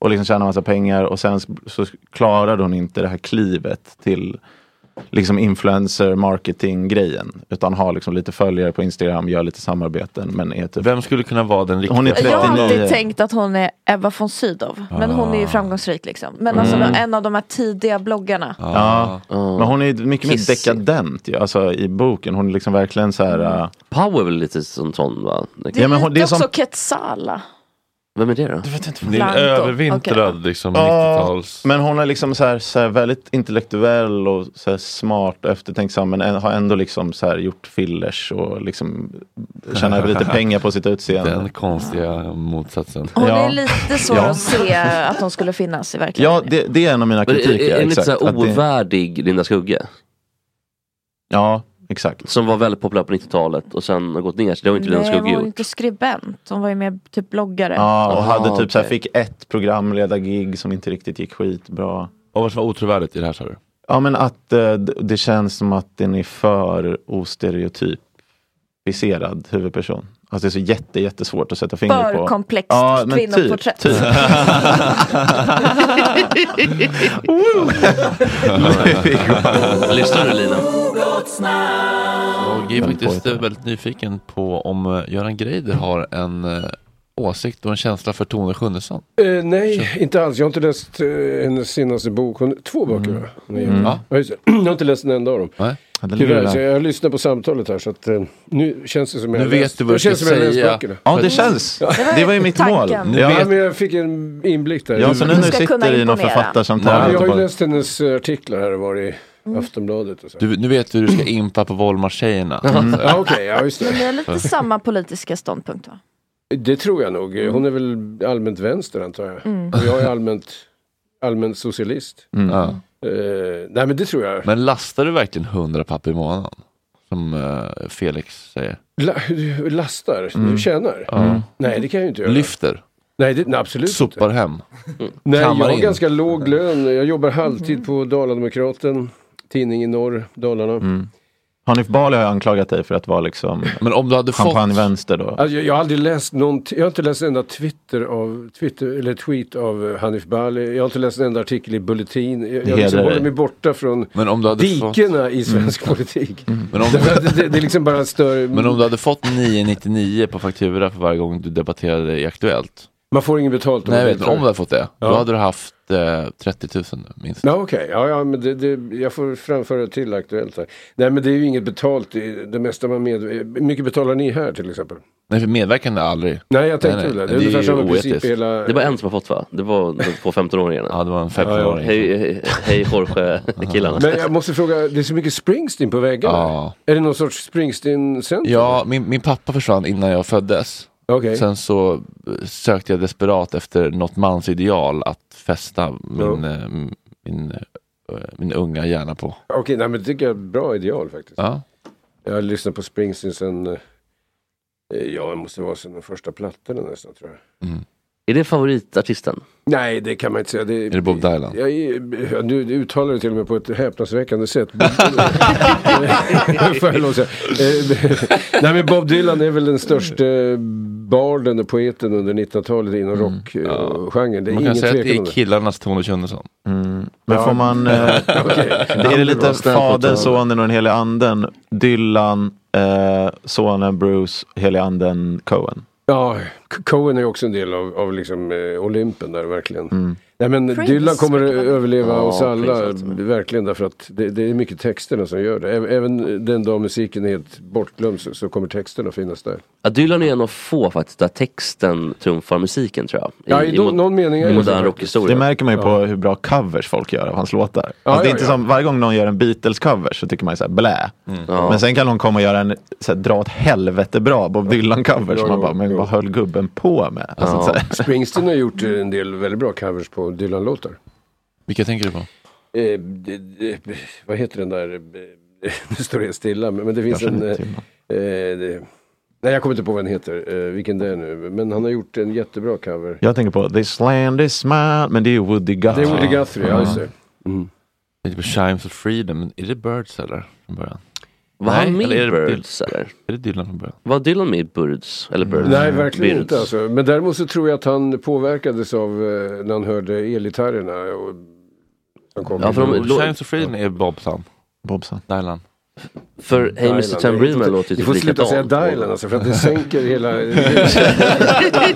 Speaker 5: Och liksom tjänade massa pengar och sen så klarade hon inte det här klivet till liksom influencer marketing grejen. Utan har liksom lite följare på Instagram, gör lite samarbeten men är typ
Speaker 1: Vem skulle kunna vara den riktiga?
Speaker 5: Hon är
Speaker 9: Jag har alltid
Speaker 5: 39.
Speaker 9: tänkt att hon är Ebba von Sydow. Men hon är ju framgångsrik liksom. Men alltså
Speaker 5: Ah. Mm. Ah.
Speaker 9: då, en av de här tidiga bloggarna.
Speaker 5: Ja. Men hon är ju mycket mer
Speaker 4: Kissig.
Speaker 5: dekadent ju, alltså, i boken. Hon är liksom verkligen så här... äh,
Speaker 4: Power är väl lite sån sån va?
Speaker 9: Det är,
Speaker 5: Ja, men hon- det är
Speaker 9: lite
Speaker 5: som-
Speaker 9: också Quetzala.
Speaker 4: Vem är det då?
Speaker 1: Det är en
Speaker 9: Blanco.
Speaker 1: övervintrad liksom,
Speaker 5: Ja,
Speaker 1: 90-tals...
Speaker 5: Men hon är liksom så här, så här väldigt intellektuell och så här smart och eftertänksam men än- har ändå liksom så här gjort fillers och liksom tjänar lite pengar på sitt utseende.
Speaker 1: Den konstiga motsatsen.
Speaker 9: Hon är lite svår
Speaker 5: Ja.
Speaker 9: att se eh, att hon skulle finnas i verkligheten.
Speaker 5: Ja, det, det är en av mina
Speaker 4: Men är-
Speaker 5: kritiker.
Speaker 4: är- är den inte
Speaker 5: exakt,
Speaker 4: så här
Speaker 5: att det-
Speaker 4: ovärdig Linda Skugge?
Speaker 5: Ja, exakt.
Speaker 4: Som var väldigt populär på 90-talet och sen har gått ner sig. Det har inte Linda
Speaker 9: Nej, hon
Speaker 4: Skugge
Speaker 9: var
Speaker 4: gjort.
Speaker 9: inte skribent. Hon var ju mer typ bloggare.
Speaker 5: Ja, och hade typ
Speaker 4: Aha,
Speaker 5: så här,
Speaker 4: okej.
Speaker 5: fick ett programledargig som inte riktigt gick skitbra.
Speaker 1: Och vad som var otrovärdigt i det här sa du?
Speaker 5: Ja, men att eh, d- det känns som att den är för ostereotypiserad huvudperson. Alltså det är så jätte, jättesvårt att sätta fingret
Speaker 9: För
Speaker 5: på.
Speaker 9: komplext
Speaker 5: men
Speaker 9: kvinnoporträtt.
Speaker 5: Typ, typ.
Speaker 4: Lyssnar du Lina?
Speaker 1: Jag är faktiskt eh, väldigt nyfiken på om eh, Göran Greider har en eh, åsikt och en känsla för Tone Schunnesson.
Speaker 3: Eh, nej, inte alls. Jag har inte läst eh, hennes senaste bok. Hon, två böcker va? Nej,
Speaker 1: Mm. Ja.
Speaker 3: just det. *clears throat* Jag har inte läst en enda av dem.
Speaker 5: Ja, det ligger
Speaker 3: Tyvärr,
Speaker 5: där.
Speaker 3: så jag har lyssnat på samtalet här så att eh, nu känns det som jag
Speaker 1: Nu
Speaker 3: har
Speaker 1: vet
Speaker 3: läst.
Speaker 1: du vad
Speaker 3: Det
Speaker 1: du ska
Speaker 3: känns som jag har läst
Speaker 1: säga.
Speaker 3: böckerna.
Speaker 5: Ja, det känns. Det var ju mitt mål.
Speaker 3: Nu
Speaker 5: Ja.
Speaker 3: vet- men jag fick en inblick där.
Speaker 5: Ja, så nu när du
Speaker 3: ska
Speaker 5: sitter
Speaker 3: kunna
Speaker 5: i någon
Speaker 3: imponera.
Speaker 5: författarsamtal
Speaker 3: Nej, jag har ju
Speaker 1: bara-
Speaker 3: läst hennes eh, artiklar här och varit i Aftonbladet och så.
Speaker 1: Du, nu vet du hur du ska impa på Volmar-tjejerna.
Speaker 3: Mm. Ja, okej, ja just
Speaker 9: Men ni
Speaker 3: det.
Speaker 9: har lite samma politiska ståndpunkt va?
Speaker 3: Det tror jag nog.
Speaker 1: Mm.
Speaker 3: Hon är väl allmänt vänster antar jag.
Speaker 9: Mm.
Speaker 3: Och jag är allmänt, allmänt socialist.
Speaker 1: Mm. Ja.
Speaker 3: Eh, nej men det tror jag.
Speaker 1: Men lastar du verkligen 100 papp i månaden? Som eh, Felix säger.
Speaker 3: La, du lastar?
Speaker 1: Mm.
Speaker 3: Du tjänar?
Speaker 1: Ja.
Speaker 3: Nej, det kan jag ju inte göra.
Speaker 1: Lyfter.
Speaker 3: Nej, det, nej absolut
Speaker 1: Sopar hem.
Speaker 3: Nej, jag
Speaker 1: Kammar
Speaker 3: har
Speaker 1: in.
Speaker 3: ganska låg lön. Jag jobbar halvtid på Dalademokraten, tidning i norr, Dalarna.
Speaker 1: Mm.
Speaker 5: Hanif Bali har ju anklagat dig för att vara liksom
Speaker 1: Men om du hade fått-
Speaker 5: champagnevänster då.
Speaker 3: Alltså, jag, jag har aldrig läst någonting, jag har inte läst en enda Twitter av, Twitter, eller tweet av eh, Hanif Bali. Jag har inte läst en enda artikel i Bulletin. Jag, jag
Speaker 1: hedrar
Speaker 3: liksom
Speaker 1: dig.
Speaker 3: håller mig borta från
Speaker 1: Men om du hade
Speaker 3: dikena
Speaker 1: fått-
Speaker 3: i svensk
Speaker 1: Mm.
Speaker 3: politik.
Speaker 1: Men om-
Speaker 3: Därför att *laughs* det, det är liksom bara en större...
Speaker 1: Men om du hade fått 999 på faktura för varje gång du debatterade i Aktuellt.
Speaker 3: Man får inget betalt. om
Speaker 1: Nej,
Speaker 3: man
Speaker 1: jag vet, men om
Speaker 3: deltar.
Speaker 1: du hade fått det, då
Speaker 3: Ja.
Speaker 1: hade du haft eh, 30 000 minst.
Speaker 3: Ja, okej. Ja, ja, men det, det, jag får framföra till Aktuellt här. Nej, men det är ju inget betalt. Det, det mesta man med... hur mycket betalar ni här till exempel?
Speaker 1: Nej, för medverkan är aldrig.
Speaker 3: Nej, jag tänkte väl det. Det är ungefär
Speaker 1: ju
Speaker 3: samma princip
Speaker 1: oetiskt.
Speaker 3: i hela-
Speaker 4: *laughs* Det var en som har fått va? Det var de två 15-åringarna.
Speaker 1: Ja det var en
Speaker 3: 15-åring.
Speaker 4: Hej, hej, hej
Speaker 5: *laughs*
Speaker 4: Jorge-killarna.
Speaker 3: Men
Speaker 1: *laughs*
Speaker 3: jag måste fråga, det är så mycket Springsteen på väggarna. Är det någon sorts Springsteen-center?
Speaker 1: Ja, min, min pappa försvann innan jag föddes.
Speaker 3: Okej.
Speaker 1: Sen så eh, sökte jag desperat efter något mansideal att fästa min, eh, m- min, eh, min unga hjärna på.
Speaker 3: Okej, nej men det tycker jag är ett bra ideal faktiskt.
Speaker 1: Ja.
Speaker 3: Jag har lyssnat på Springsteen sen, eh, ja det måste vara sen de första plattorna nästan tror jag.
Speaker 4: Är det favoritartisten?
Speaker 3: Nej, det kan man inte säga. Det, är
Speaker 4: det Bob Dylan?
Speaker 3: Jag, är- nu du uttalar det till och med på ett häpnadsväckande sätt. Bob- Får jag lov att säga. Eh, Nej men Bob Dylan är väl den största barden och poeten under 1900-talet inom
Speaker 5: Mm.
Speaker 3: rockgenren. Det är
Speaker 1: Man
Speaker 3: ingen
Speaker 1: kan säga att det
Speaker 3: tvekan om
Speaker 1: är
Speaker 3: det.
Speaker 1: killarnas Tony Kennison.
Speaker 5: Men
Speaker 3: Ja.
Speaker 5: får man... Eh, *laughs*
Speaker 3: Okej.
Speaker 5: det är det lite Fader, Sonen och den helige anden. Dylan, eh, Sonen, Bruce, helige anden, Cohen.
Speaker 3: Ja, C- Cohen är ju också en del av, av liksom, eh, Olympen där verkligen.
Speaker 5: Mm.
Speaker 3: Nej men
Speaker 5: Prince,
Speaker 3: Dylan kommer att
Speaker 5: verkar det.
Speaker 3: överleva
Speaker 5: Ja,
Speaker 3: oss alla,
Speaker 5: Prince
Speaker 3: verkligen därför att det, det är mycket texterna som gör det. Även, även den dag musiken är helt bortglömd så, så kommer texterna finnas där.
Speaker 4: Ja, Dylan är en av få faktiskt där texten trumfar musiken tror jag.
Speaker 3: Ja, i
Speaker 4: mo-
Speaker 3: någon- någon mening är
Speaker 4: i
Speaker 3: det
Speaker 4: modern
Speaker 3: så.
Speaker 4: rockhistoria.
Speaker 5: Det märker man ju på hur bra covers folk gör av hans låtar.
Speaker 4: Ja,
Speaker 5: alltså, det är
Speaker 4: ja,
Speaker 5: inte
Speaker 4: ja.
Speaker 5: som, varje gång någon gör en Beatles-cover så tycker man ju såhär blä.
Speaker 4: Mm. Ja.
Speaker 5: Mm. Men sen kan någon komma och göra en så här, dra åt helvete bra Bob Dylan-cover.
Speaker 3: Ja,
Speaker 5: som man
Speaker 3: ja,
Speaker 5: bara, men vad höll gubben på med? *laughs* Alltså, så här.
Speaker 3: Springsteen har gjort eh, en del väldigt bra covers på Dylan-låtar.
Speaker 1: Vilka tänker du på?
Speaker 3: Eh, det- det- vad heter den där, eh, *laughs* nu står det stilla, men men det finns
Speaker 5: Jag
Speaker 3: en...
Speaker 5: känner
Speaker 3: Eh,
Speaker 5: inte till
Speaker 3: eh, det, nej, jag kommer inte på vad den heter, eh, vilken det är nu, men han har gjort en jättebra cover.
Speaker 5: Jag tänker på This land is mine, men det är ju Woody Guthrie.
Speaker 3: Det är Woody Guthrie, ja, just det. Mm.
Speaker 1: Jag tänker på Chimes of Freedom, men är det Birds eller? Från början?
Speaker 4: Var han med
Speaker 1: eller
Speaker 4: i
Speaker 1: är det
Speaker 4: Birds eller?
Speaker 1: Är det Dylan från början?
Speaker 4: Var Dylan med i Birds? Eller Birds?
Speaker 3: Nej, verkligen
Speaker 4: Birds.
Speaker 3: inte alltså. Men däremot så tror jag att han påverkades av eh, när han hörde elgitarrerna. Och, som kom
Speaker 4: Ja, för de-
Speaker 3: in.
Speaker 4: Chimes
Speaker 1: of Freedom är Bobsan.
Speaker 5: Bobsan.
Speaker 1: Dylan.
Speaker 4: För Hey
Speaker 3: Dylan,
Speaker 4: Mr Tambourine Man
Speaker 3: det-
Speaker 4: låter ju
Speaker 3: Du
Speaker 4: typ
Speaker 3: får sluta säga
Speaker 4: likadant.
Speaker 3: Dylan alltså,
Speaker 4: *laughs*
Speaker 3: för att det sänker hela...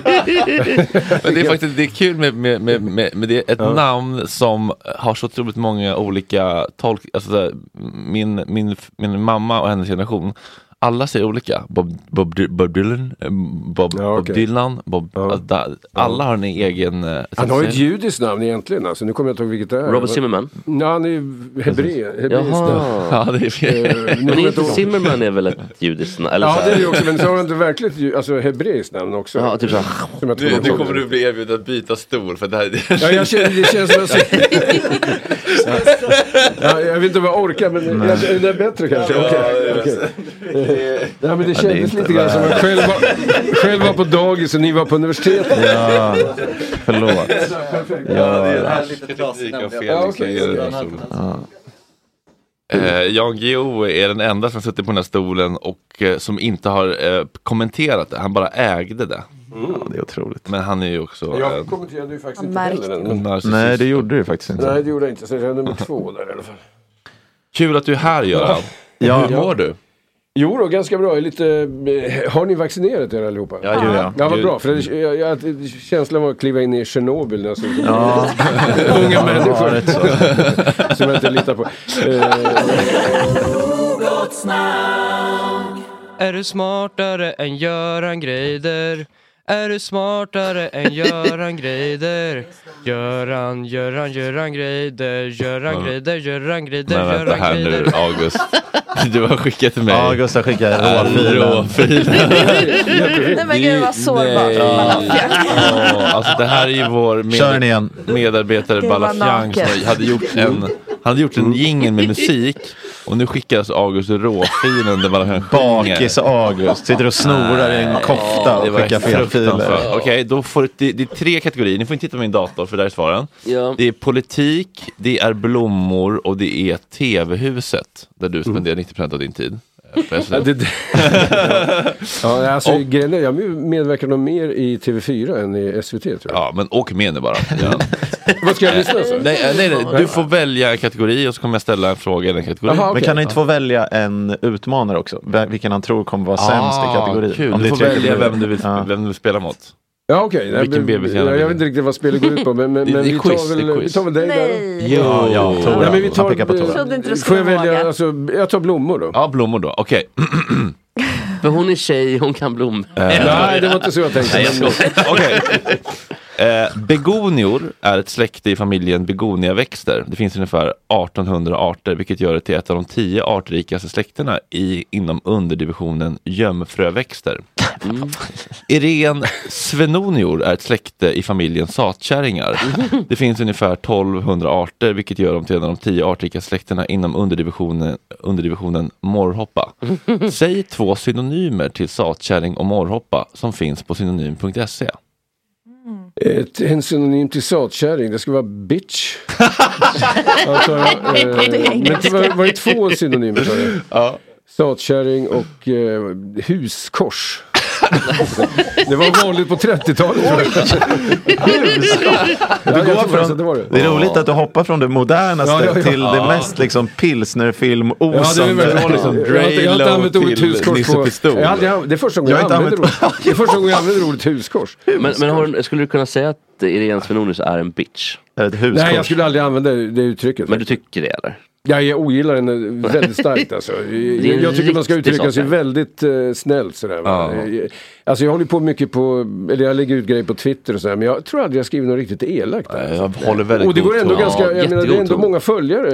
Speaker 1: *laughs* Men det är faktiskt det är kul med, med, med, med, med det, ett
Speaker 3: Ja.
Speaker 1: namn som har så otroligt många olika tolk, alltså så här, min, min, min mamma och hennes generation, alla säger olika. Bob, Bob, Dy- Bob Dylan, eh, Bob, Bob
Speaker 3: okej.
Speaker 1: Dylan, Bob, alltså, där- alla har en egen... eh,
Speaker 3: Han har ju ett judiskt namn egentligen alltså, nu kommer jag inte ihåg vilket det är.
Speaker 4: Robert Zimmerman?
Speaker 3: Nej, han är ju hebre. hebreiskt.
Speaker 4: Jaha.
Speaker 1: *laughs* Ja, det är
Speaker 3: Eh, nu
Speaker 4: Men
Speaker 3: kommer jag
Speaker 4: inte
Speaker 3: ihåg.
Speaker 4: Zimmerman är väl ett judiskt namn? Eller
Speaker 3: Ja
Speaker 4: så här-
Speaker 3: det är det också, men så har han inte verkligt ju- alltså, hebreiskt namn också.
Speaker 4: Ja, typ så här.
Speaker 3: Som jag tror
Speaker 1: *laughs* Nu, nu
Speaker 3: också.
Speaker 1: kommer du bli erbjuden att byta stol för det här är...
Speaker 3: Ja, jag känner, det känns som jag...
Speaker 4: *laughs*
Speaker 3: ja, jag vet inte om jag orkar, men jag, är det bättre kanske?
Speaker 1: Ja,
Speaker 3: Okej,
Speaker 1: det är
Speaker 3: okej.
Speaker 1: det.
Speaker 3: Ja, men det
Speaker 1: Ja, det är
Speaker 3: kändes
Speaker 1: inte
Speaker 3: lite grann som
Speaker 1: bra.
Speaker 3: jag själv var, själv var på dagis och ni var på universitetet.
Speaker 5: Ja, förlåt.
Speaker 1: Ja, det är
Speaker 5: Ja.
Speaker 1: en härlig kritik av
Speaker 3: Ja,
Speaker 1: Felix.
Speaker 3: okej.
Speaker 1: Det är en stol. Eh, Jan Guillou är den enda som suttit på den här stolen och eh, som inte har eh, kommenterat det. Han bara ägde det.
Speaker 5: Mm. Ja, det är otroligt.
Speaker 1: Men han är ju också
Speaker 3: Jag
Speaker 1: en-
Speaker 3: kommenterade ju faktiskt
Speaker 9: Han
Speaker 3: inte heller
Speaker 9: märkte.
Speaker 3: den.
Speaker 1: en narcissist.
Speaker 5: Nej, det gjorde du faktiskt inte.
Speaker 3: Nej, det gjorde jag inte. Så jag är nummer två där i alla fall.
Speaker 1: Kul att du är här Göran.
Speaker 5: Ja.
Speaker 1: Hur mår du?
Speaker 3: Jo då, ganska bra. Jag är lite, eh, har ni vaccinerat er allihopa?
Speaker 1: Ja, det gjorde jag.
Speaker 3: Ja, vad
Speaker 1: Du-
Speaker 3: bra. För det, jag, jag, känslan var att kliva in i Tjernobyl när jag såg
Speaker 5: Ja.
Speaker 3: *laughs* unga
Speaker 5: Ja,
Speaker 3: människor. *laughs*
Speaker 5: det
Speaker 3: Som jag inte litar på. Eh,
Speaker 12: Är du smartare än Göran Greider? Är du smartare än Göran Greider? Göran, Göran, Göran Greider, Göran
Speaker 1: Men-
Speaker 12: Greider, Göran Greider,
Speaker 1: Men vänta
Speaker 12: Göran
Speaker 1: här nu
Speaker 12: Greider.
Speaker 1: August. Du har skickat till mig.
Speaker 5: August har skickat
Speaker 1: Äh,
Speaker 5: råfilen.
Speaker 9: *laughs* Nej men alltså, gud vad sårbart.
Speaker 5: Ah.
Speaker 1: Åh, alltså det här är ju vår
Speaker 5: Kör den igen.
Speaker 1: medarbetare
Speaker 9: Det var
Speaker 1: Balafiang som
Speaker 9: naket.
Speaker 1: hade gjort en, han hade gjort en jingel med musik Och nu skickas August råfilen där man
Speaker 5: Bakis August sitter och snorar i en kofta och skickar fel filer.
Speaker 1: Okej, då får det, det är tre kategorier. Ni får inte titta på min dator för där är svaren.
Speaker 4: Ja.
Speaker 1: Det är politik, det är blommor och det är TV-huset där du
Speaker 5: Mm.
Speaker 1: spenderar 90% av din tid. eh, på SVT.
Speaker 3: Det- det- Ja, alltså, grejen är, jag medverkar nog mer i TV4 än i SVT tror jag.
Speaker 1: Ja, men åk med nu bara. Ja.
Speaker 3: Vad ska jag lyssna så?
Speaker 1: Nej, eh, nej, nej, du får välja en kategori och så kommer jag ställa en fråga i den kategorin.
Speaker 5: Men kan du inte få välja en utmanare också? Vä- Vilken han tror kommer vara sämst i kategorin?
Speaker 1: Ah, Kul.
Speaker 5: Om det
Speaker 1: Du
Speaker 5: är
Speaker 1: får
Speaker 5: tre
Speaker 1: välja
Speaker 5: kategorier.
Speaker 1: vem du, vill, vem du vill spela mot.
Speaker 3: Ja okej, Nej,
Speaker 1: Vilken
Speaker 3: men-
Speaker 1: bebis gärna
Speaker 3: jag, jag
Speaker 1: vill.
Speaker 3: vet inte riktigt vad spelet går ut på men, men,
Speaker 1: Det- det
Speaker 3: men
Speaker 1: är
Speaker 3: vi,
Speaker 1: quiz,
Speaker 3: tar
Speaker 1: det är
Speaker 3: väl, vi
Speaker 1: quiz.
Speaker 3: tar väl dig
Speaker 1: Nej.
Speaker 3: där
Speaker 1: Jo, ja, Tora.
Speaker 3: Nej, men vi tar,
Speaker 1: Han pekar på Tora. Jag trodde
Speaker 9: inte du
Speaker 3: Får
Speaker 9: skulle
Speaker 3: jag välja,
Speaker 9: våga.
Speaker 3: alltså, jag tar blommor då.
Speaker 1: Ja, blommor då. Okej.
Speaker 4: För hon är tjej, hon kan blommor.
Speaker 5: Äh.
Speaker 3: Nej, det var inte så jag tänkte.
Speaker 1: Nej, jag skojar. Okej. Eh, begonior är ett släkte i familjen begoniaväxter. Det finns ungefär 1800 arter, vilket gör det till ett av de tio artrikaste släktena i, inom underdivisionen gömfröväxter. Irene svenonior är ett släkte i
Speaker 4: *laughs*
Speaker 1: familjen satkärringar. Det finns ungefär 1200 arter, vilket gör dem till en av de tio artrikaste släktena inom underdivisionen, underdivisionen
Speaker 4: *laughs*
Speaker 1: morrhoppa. Säg två synonymer till satkärring och morrhoppa som finns på synonym.se.
Speaker 3: Ett, en synonym till satkärring, det skulle vara bitch. alltså, eh,
Speaker 9: Det är
Speaker 3: men det
Speaker 9: engelska.
Speaker 3: var, var det två synonymer sa du? Satkärring och eh, huskors. det var vanligt på 30-talet. tror jag. Hus!
Speaker 5: Du
Speaker 3: Ja, jag
Speaker 5: går
Speaker 3: tror faktiskt
Speaker 5: från,
Speaker 3: att det var det.
Speaker 5: det är roligt att du hoppar från det modernaste
Speaker 3: Ja, ja, ja.
Speaker 5: till det
Speaker 3: Ja.
Speaker 5: mest liksom
Speaker 3: Ja, det är
Speaker 5: pilsnerfilm-osande.
Speaker 3: verkligen-
Speaker 5: liksom
Speaker 3: jag, har inte, jag har inte använt ordet huskors på... Jag har aldrig använt- det är första gången
Speaker 4: Jag
Speaker 3: jag,
Speaker 4: har inte
Speaker 3: använder ordet. Det är första gången jag använder ordet huskors.
Speaker 4: Men, men har, hon- skulle du kunna säga att Irene Svenonius är en bitch?
Speaker 5: Ett
Speaker 3: Nej, jag skulle aldrig använda det uttrycket.
Speaker 4: Men du tycker det eller?
Speaker 3: Jag, jag ogillar henne väldigt starkt alltså. Jag,
Speaker 4: *laughs* Det är en
Speaker 3: jag tycker man ska
Speaker 4: riktig
Speaker 3: uttrycka sig
Speaker 4: sak.
Speaker 3: väldigt eh, snällt sådär. va.
Speaker 4: Ja.
Speaker 3: Eh, Alltså jag håller på mycket på, eller jag lägger ut grejer på Twitter och sådär men jag tror aldrig jag skriver något riktigt elakt. där,
Speaker 1: Jag
Speaker 3: alltså.
Speaker 1: håller väldigt
Speaker 3: och det
Speaker 1: god
Speaker 3: går ändå
Speaker 1: ton.
Speaker 3: ganska,
Speaker 1: Ja,
Speaker 3: jag menar det är
Speaker 1: jättegod
Speaker 3: ändå
Speaker 1: ton.
Speaker 3: många följare.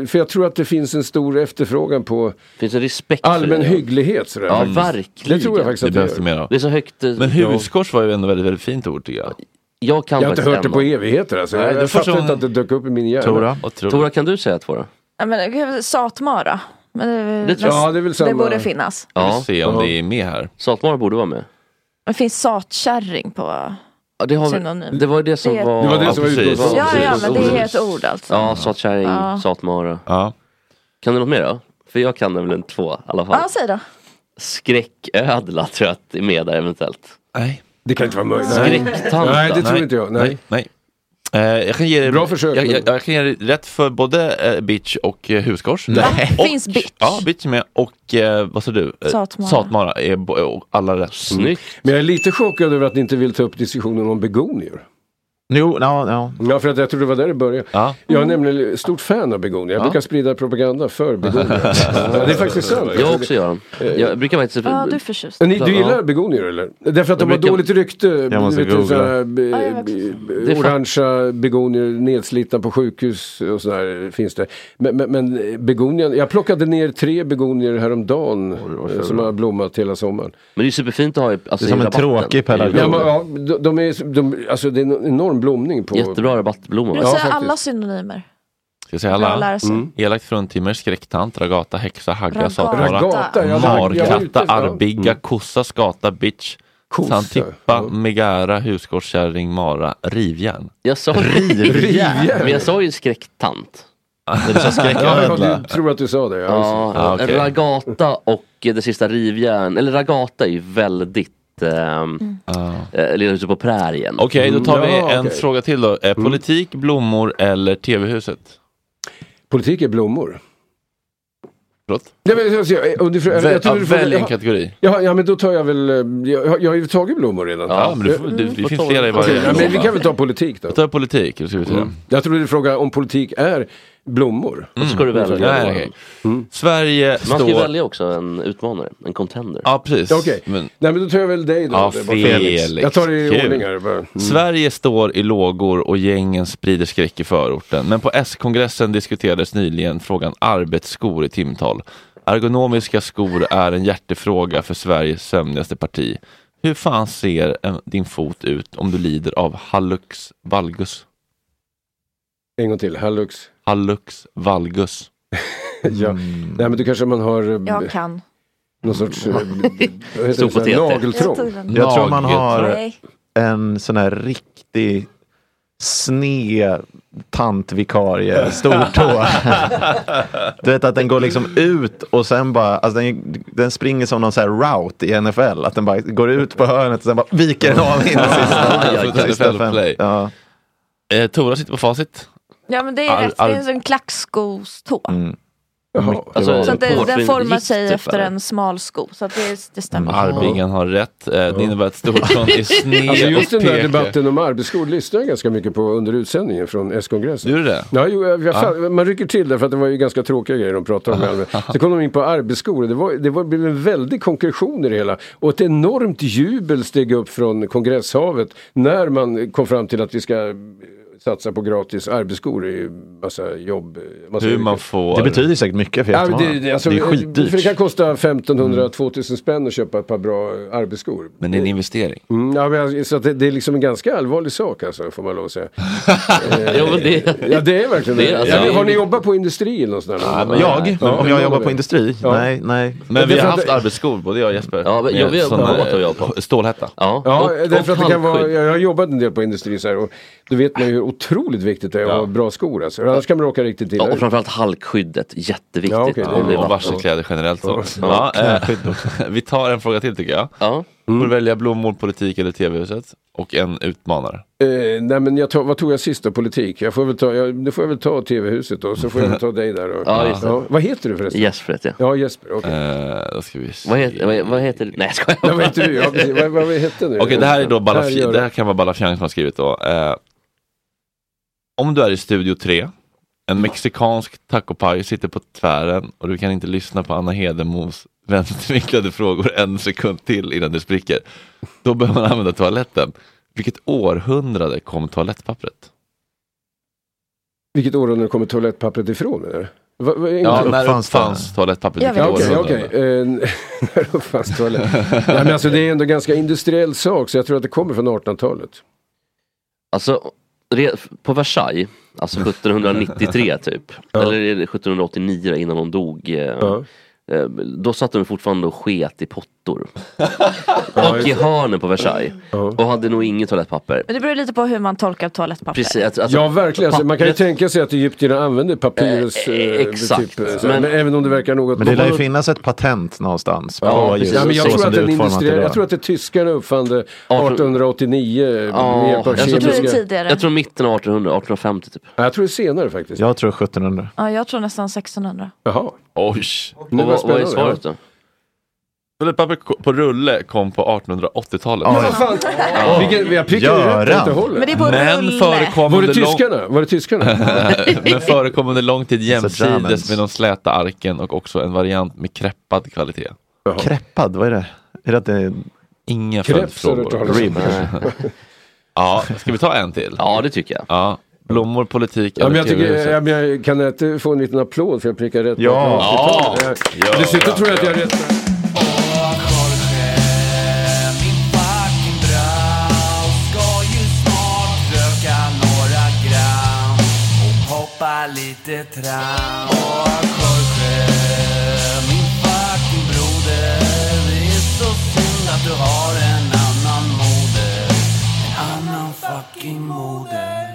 Speaker 3: eh, För jag tror att det finns en stor efterfrågan på
Speaker 4: Finns en respekt för
Speaker 3: allmän
Speaker 4: det.
Speaker 3: hygglighet sådär.
Speaker 4: Ja,
Speaker 3: faktiskt.
Speaker 4: verkligen.
Speaker 3: Det tror jag faktiskt
Speaker 1: Det
Speaker 3: att det
Speaker 1: behövs
Speaker 3: gör.
Speaker 1: det mer av.
Speaker 4: Det är så högt. eh,
Speaker 1: Men
Speaker 4: jag-
Speaker 1: huskors var ju ändå väldigt, väldigt fint ord tycker jag.
Speaker 4: Jag kan
Speaker 3: Jag har inte
Speaker 4: faktiskt
Speaker 3: hört det
Speaker 4: en
Speaker 3: på
Speaker 4: av-
Speaker 3: evigheter alltså.
Speaker 4: Nej,
Speaker 3: Jag,
Speaker 4: det är
Speaker 3: jag fattar
Speaker 4: första
Speaker 3: inte
Speaker 4: gången-
Speaker 3: att det dök upp i min hjärna.
Speaker 4: Tora. kan du säga två då?
Speaker 9: Ja, men, eh, Satmara. Men eh, det,
Speaker 4: Det tror jag. Ja, det är väl samma-
Speaker 9: borde finnas.
Speaker 4: Ja.
Speaker 1: Vi får se om det är med här.
Speaker 4: Satmara borde vara med.
Speaker 9: Det finns satkärring på
Speaker 4: Ja, det, har,
Speaker 9: synonym.
Speaker 4: vi- det var ju det som
Speaker 9: är-
Speaker 4: var...
Speaker 3: Det var det som var utgångspunkten.
Speaker 9: Ja, ja, men det är ett ord alltså.
Speaker 4: Ja, satkärring,
Speaker 9: Ja.
Speaker 4: satmara.
Speaker 1: Ja.
Speaker 4: Kan du något mer då? För jag kan väl en två i alla fall.
Speaker 9: Ja, säg då.
Speaker 4: Skräcködla tror jag att är med där eventuellt.
Speaker 1: Nej.
Speaker 3: Det kan inte vara möjligt.
Speaker 4: Skräcktanten.
Speaker 3: Nej, det tror inte jag. Nej.
Speaker 1: nej. Eh, jag kan ge dig,
Speaker 3: Bra försök,
Speaker 1: Jag,
Speaker 3: men-
Speaker 1: jag, jag kan ge dig rätt för både eh, bitch och eh, huskors.
Speaker 3: Mm.
Speaker 9: Nej.
Speaker 1: Och,
Speaker 9: Finns bitch.
Speaker 1: Ja, bitch är med. Och eh, vad sa du? Eh,
Speaker 9: Satmara.
Speaker 1: Satmara är bo- och alla rätt.
Speaker 4: Snyggt.
Speaker 3: Men jag är lite chockad över att ni inte vill ta upp diskussionen om begonier.
Speaker 5: Jo, no, no.
Speaker 3: Ja, för att jag tror det var där det började.
Speaker 1: Mm. Ja.
Speaker 3: Jag är nämligen stort fan av begonier. Jag
Speaker 4: Mm. Ja.
Speaker 3: brukar sprida propaganda för
Speaker 4: *laughs*
Speaker 3: begonier. ja, det är faktiskt sant.
Speaker 4: Jag också gör dem. Jag brukar faktiskt...
Speaker 9: Ja, du är förtjust.
Speaker 3: Ni, du gillar begonier eller? Därför att de
Speaker 4: Jag
Speaker 3: har
Speaker 4: brukar-
Speaker 3: dåligt rykte.
Speaker 4: Jag måste
Speaker 3: Du vet,
Speaker 4: googla.
Speaker 3: sådana här, be-
Speaker 9: Ja, jag vet
Speaker 3: be-
Speaker 4: Det är fan-
Speaker 3: orangea begonier nedslitna på sjukhus och sådär finns det. Men, men, men begonian, jag plockade ner tre begonier häromdagen eh, som har blommat hela sommaren.
Speaker 4: Men det är ju superfint att ha i, alltså,
Speaker 5: Det är som
Speaker 4: i
Speaker 5: en
Speaker 4: rabatten.
Speaker 5: tråkig pedagog.
Speaker 3: Ja, men, ja, de, de är, de, alltså det är en enorm blomning på...
Speaker 4: Jättebra rabattblommor.
Speaker 9: Du säger alla synonymer.
Speaker 1: Ska jag säga
Speaker 9: Bra att
Speaker 1: alla?
Speaker 9: lära sig. Mm.
Speaker 1: Elakt fruntimmer, skräcktant, ragata, häxa, hagga,
Speaker 9: Ragata.
Speaker 1: satmara,
Speaker 9: Ragata, ja, ragga, jag är ute
Speaker 1: markatta,
Speaker 9: efter-
Speaker 1: arbigga, kossa, skata, bitch,
Speaker 3: Mm. Kossa,
Speaker 1: santippa, megara, husgårdskärring, mara, rivjärn.
Speaker 4: Jag sa
Speaker 1: Rivjärn.
Speaker 4: Men jag sa ju skräcktant.
Speaker 1: Du sa skräcködla.
Speaker 3: Ja, du tror att du sa det. Alltså,
Speaker 4: Ja,
Speaker 1: Ja, Ah, okej.
Speaker 4: Ragata och eh, det sista rivjärn. Eller Ragata är ju väldigt...
Speaker 3: Mm.
Speaker 4: ehm,
Speaker 1: Ah.
Speaker 4: eh, Lilla huset på prärien.
Speaker 1: Okej, då tar vi
Speaker 4: Mm.
Speaker 1: en fråga till då.
Speaker 3: Mm.
Speaker 1: Eh, Politik, blommor eller TV-huset?
Speaker 3: Politik är blommor.
Speaker 1: Förlåt?
Speaker 3: Nej, men, jag, jag, jag, du, jag,
Speaker 1: Väl-
Speaker 3: jag trodde du
Speaker 1: ja,
Speaker 3: frågade-
Speaker 1: välj en
Speaker 3: ja,
Speaker 1: kategori.
Speaker 3: Ja, ja, men då tar jag väl... eh, Jag, jag har ju tagit blommor redan.
Speaker 1: Ja, men du får-
Speaker 3: Mm.
Speaker 1: det- det finns flera i varje
Speaker 3: Okej, ja, men vi
Speaker 1: blomma.
Speaker 3: kan väl ta politik då.
Speaker 1: Då tar jag politik. Då ska vi se.
Speaker 3: Mm. Jag trodde du frågade om politik är blommor.
Speaker 1: Mm. Nej, okej. Sverige
Speaker 4: Man ska ju
Speaker 1: står-
Speaker 4: välja också en utmanare, en contender. *laughs*
Speaker 1: Ja, precis.
Speaker 3: Okej.
Speaker 1: Men-
Speaker 3: Nej, men då tar jag väl dig då.
Speaker 1: Ja,
Speaker 3: Det var Felix.
Speaker 1: Felix.
Speaker 3: Jag tar det i
Speaker 1: Kul.
Speaker 3: ordning här. bara. mm.
Speaker 1: Sverige står i lågor och gängen sprider skräck i förorten. Men på S-kongressen diskuterades nyligen frågan arbetsskor i timtal. Ergonomiska skor är en hjärtefråga för Sveriges sömnigaste parti. Hur fan ser en, din fot ut om du lider av hallux valgus?
Speaker 3: En gång till, hallux. *laughs*
Speaker 1: Hallux valgus.
Speaker 3: ja.
Speaker 1: Mm.
Speaker 3: Nej men du kanske man har eh,
Speaker 9: Jag kan.
Speaker 3: någon sorts
Speaker 1: *laughs*
Speaker 3: eh, vad heter
Speaker 5: Stor
Speaker 3: det, så här,
Speaker 5: potet.
Speaker 9: Jag tog
Speaker 3: nageltrång.
Speaker 9: den.
Speaker 5: Jag tror man har
Speaker 9: Nej.
Speaker 5: en sån här riktig sned tantvikarie stortå. du vet att den går liksom ut och sen bara, alltså den, den springer som någon sån här route i NFL. Att den bara går ut på hörnet och sen bara viker den av in i
Speaker 1: *laughs* Ja, ja,
Speaker 5: sista.
Speaker 1: ja.
Speaker 5: sista
Speaker 1: NFL play.
Speaker 5: Ja.
Speaker 1: Eh, Tora sitter på facit.
Speaker 9: Ja men det är
Speaker 1: Ar-
Speaker 9: rätt, det är
Speaker 1: ar-
Speaker 9: en sån klackskostå.
Speaker 1: Mm. Alltså,
Speaker 9: så att det, den formar sig
Speaker 1: Gick typ,
Speaker 9: efter
Speaker 1: eller?
Speaker 9: en smal sko. Så att det, det stämmer.
Speaker 1: Arvingen har rätt. Eh, Det innebär att *laughs* Storsson är sned
Speaker 3: Alltså just den
Speaker 1: och
Speaker 3: där
Speaker 1: pekar.
Speaker 3: debatten om arbetsskor lyssnade jag ganska mycket på under utsändningen från S-kongressen.
Speaker 1: Gjorde du det?
Speaker 3: Ja, jo, jag, jag, fan- man rycker till där för att det var ju ganska tråkiga grejer de pratade om. i allmänhet. Så kom de in på arbetsskor och det, var, det var, blev en väldig konkretion i det hela. Och ett enormt jubel steg upp från kongresshavet när man kom fram till att vi ska eh, satsa på gratis arbetsskor i massa jobb. eh, Massa
Speaker 1: Hur
Speaker 3: yrken.
Speaker 1: man får...
Speaker 5: Det betyder säkert mycket för
Speaker 3: Ja, men
Speaker 5: jättemånga.
Speaker 3: det, det, alltså,
Speaker 5: det är skitdyrt.
Speaker 3: För det kan kosta 1500-2000 spänn att köpa ett par bra eh, arbetsskor.
Speaker 1: Men det är en investering.
Speaker 3: Mm, ja, men, alltså, så att det, det är liksom en ganska allvarlig sak alltså, får man lov att säga.
Speaker 4: Jo, men det...
Speaker 3: Ja det är verkligen det.
Speaker 4: Det är alltså-
Speaker 3: ja, men har ni jobbat på industri eller något sånt där?
Speaker 1: Ja, men jag?
Speaker 3: Ja,
Speaker 1: Men om
Speaker 3: det
Speaker 1: jag
Speaker 3: har
Speaker 1: jobbar
Speaker 3: vi.
Speaker 1: på industri? Nej, nej.
Speaker 3: Men
Speaker 1: Men vi
Speaker 3: därför
Speaker 1: har
Speaker 3: att
Speaker 1: haft
Speaker 3: det-
Speaker 1: arbetsskor, både jag och Jesper.
Speaker 4: Ja, men
Speaker 1: Med
Speaker 4: jag vet
Speaker 1: sån,
Speaker 4: vad
Speaker 1: eh,
Speaker 4: jag jobbar på.
Speaker 1: Stålhätta.
Speaker 4: Ja,
Speaker 3: Ja,
Speaker 1: Och-
Speaker 3: därför
Speaker 1: och
Speaker 3: att det kan vara,
Speaker 1: handskydd.
Speaker 3: jag har jobbat en del på industri så här, och då vet man ju hur otroligt viktigt det är att ha bra skor alltså. Annars kan man råka riktigt illa
Speaker 4: Ja, och
Speaker 3: ut.
Speaker 4: framförallt halkskyddet, jätteviktigt.
Speaker 3: Ja, okej, det är
Speaker 4: om det är
Speaker 1: och
Speaker 4: vatten.
Speaker 1: varselkläder generellt. Så.
Speaker 4: Ja.
Speaker 1: Ja, eh, *laughs* vi tar en fråga till tycker jag.
Speaker 4: Ja.
Speaker 1: Du får välja blommor, politik eller tv-huset. Och en utmanare.
Speaker 3: Eh, nej men jag tar, vad tog jag sist då? Politik? Jag får väl ta, jag, nu får jag väl ta TV-huset då, så får jag väl ta dig där. Och,
Speaker 4: Ja, just det.
Speaker 3: vad heter du förresten?
Speaker 4: Jesper heter jag.
Speaker 3: Ja, Jesper. okej.
Speaker 1: Eh, då ska vi se.
Speaker 4: Vad heter, vad, vad heter Nej jag skojar.
Speaker 3: Ja, vad heter du? Ja, precis. vad, vad hette nu?
Speaker 1: Okej, det här är då
Speaker 3: Här
Speaker 1: Balafi-
Speaker 3: gör-
Speaker 1: det här kan vara Balafian som har skrivit då. Eh, om du är i Studio 3, en mexikansk tacopaj sitter på tvären och du kan inte lyssna på Anna Hedemos vänstervinklade frågor en sekund till innan det spricker. Då behöver man använda toaletten. Vilket århundrade kom toalettpappret?
Speaker 3: Vilket århundrade kommer toalettpappret ifrån? Eller? Va, va,
Speaker 1: Ja,
Speaker 3: inte-
Speaker 1: när uppfanns toalettpappret?
Speaker 3: Ja,
Speaker 1: Vilket
Speaker 3: okej,
Speaker 1: århundrade?
Speaker 3: okej. Eh, *laughs* när uppfanns toalett? Nej, men alltså, det är ändå en ganska industriell sak, så jag tror att det kommer från 1800-talet.
Speaker 4: Alltså, re, på Versailles,
Speaker 3: *laughs*
Speaker 4: alltså 1793 typ, eller är det 1789 innan hon dog. eh, eh, Då satt de fortfarande och sket
Speaker 3: *laughs*
Speaker 4: i pottor. och i hörnen på Versailles. Och hade nog inget toalettpapper.
Speaker 9: Men det beror lite på hur man tolkar toalettpapper.
Speaker 4: Precis, alltså, alltså,
Speaker 3: ja, verkligen. Alltså, man kan ju
Speaker 4: pappret-
Speaker 3: tänka sig att egyptierna använde papyrus.
Speaker 4: Eh,
Speaker 3: eh,
Speaker 4: exakt.
Speaker 3: typ, eh, så här,
Speaker 4: Men-
Speaker 3: men, även om det verkar något...
Speaker 5: Men det lär ju finnas ett patent någonstans.
Speaker 3: Ja,
Speaker 5: på just
Speaker 3: ja, men jag,
Speaker 5: så
Speaker 3: tror
Speaker 5: som
Speaker 3: att
Speaker 5: det är
Speaker 3: den
Speaker 5: utformat
Speaker 3: industriella,
Speaker 5: idag.
Speaker 3: jag tror att det tyskarna uppfann det 1889 med hjälp av
Speaker 4: jag tror-
Speaker 3: kemiska...
Speaker 9: tidigare.
Speaker 4: Jag tror mitten av 1800, 1850 typ.
Speaker 3: Ja, jag tror det är senare faktiskt.
Speaker 5: Jag tror 1700.
Speaker 9: Ja, jag tror nästan 1600.
Speaker 3: Jaha.
Speaker 1: Oj!
Speaker 4: Och vad, vad är svaret då?
Speaker 1: Toalettpapper ko- på rulle kom på 1880-talet.
Speaker 3: Men vad fan?
Speaker 1: Ja.
Speaker 3: Vilken, jag prickade ju rätt
Speaker 1: Göran.
Speaker 3: åt det hållet.
Speaker 9: Men det är på rulle.
Speaker 1: förekom
Speaker 3: Var det
Speaker 1: under lång-
Speaker 3: tyskarna? Var det tyskarna?
Speaker 1: Eh, men förekom under lång tid jämsides
Speaker 5: Germans.
Speaker 1: med de släta arken och också en variant med kreppad kvalitet.
Speaker 5: Kreppad, vad är det? Är det att det är...
Speaker 1: Inga
Speaker 5: Kreps har du hört
Speaker 1: följdfrågor.
Speaker 5: talas om.
Speaker 1: Rib. ja, ska vi ta en till?
Speaker 4: Ja, det tycker jag.
Speaker 1: Ja. Blommor, politik,
Speaker 3: Ja, men jag, tycker,
Speaker 1: TV-huset.
Speaker 3: ja, men jag kan jag inte få en liten applåd för jag prickar rätt?
Speaker 1: Ja.
Speaker 3: Ja.
Speaker 1: Ja.
Speaker 3: Jag, dessutom tror jag att jag är rätt.
Speaker 13: Hoppa lite tram Åh Jorge, min fucking broder Det är så synd att du har en annan moder En annan fucking moder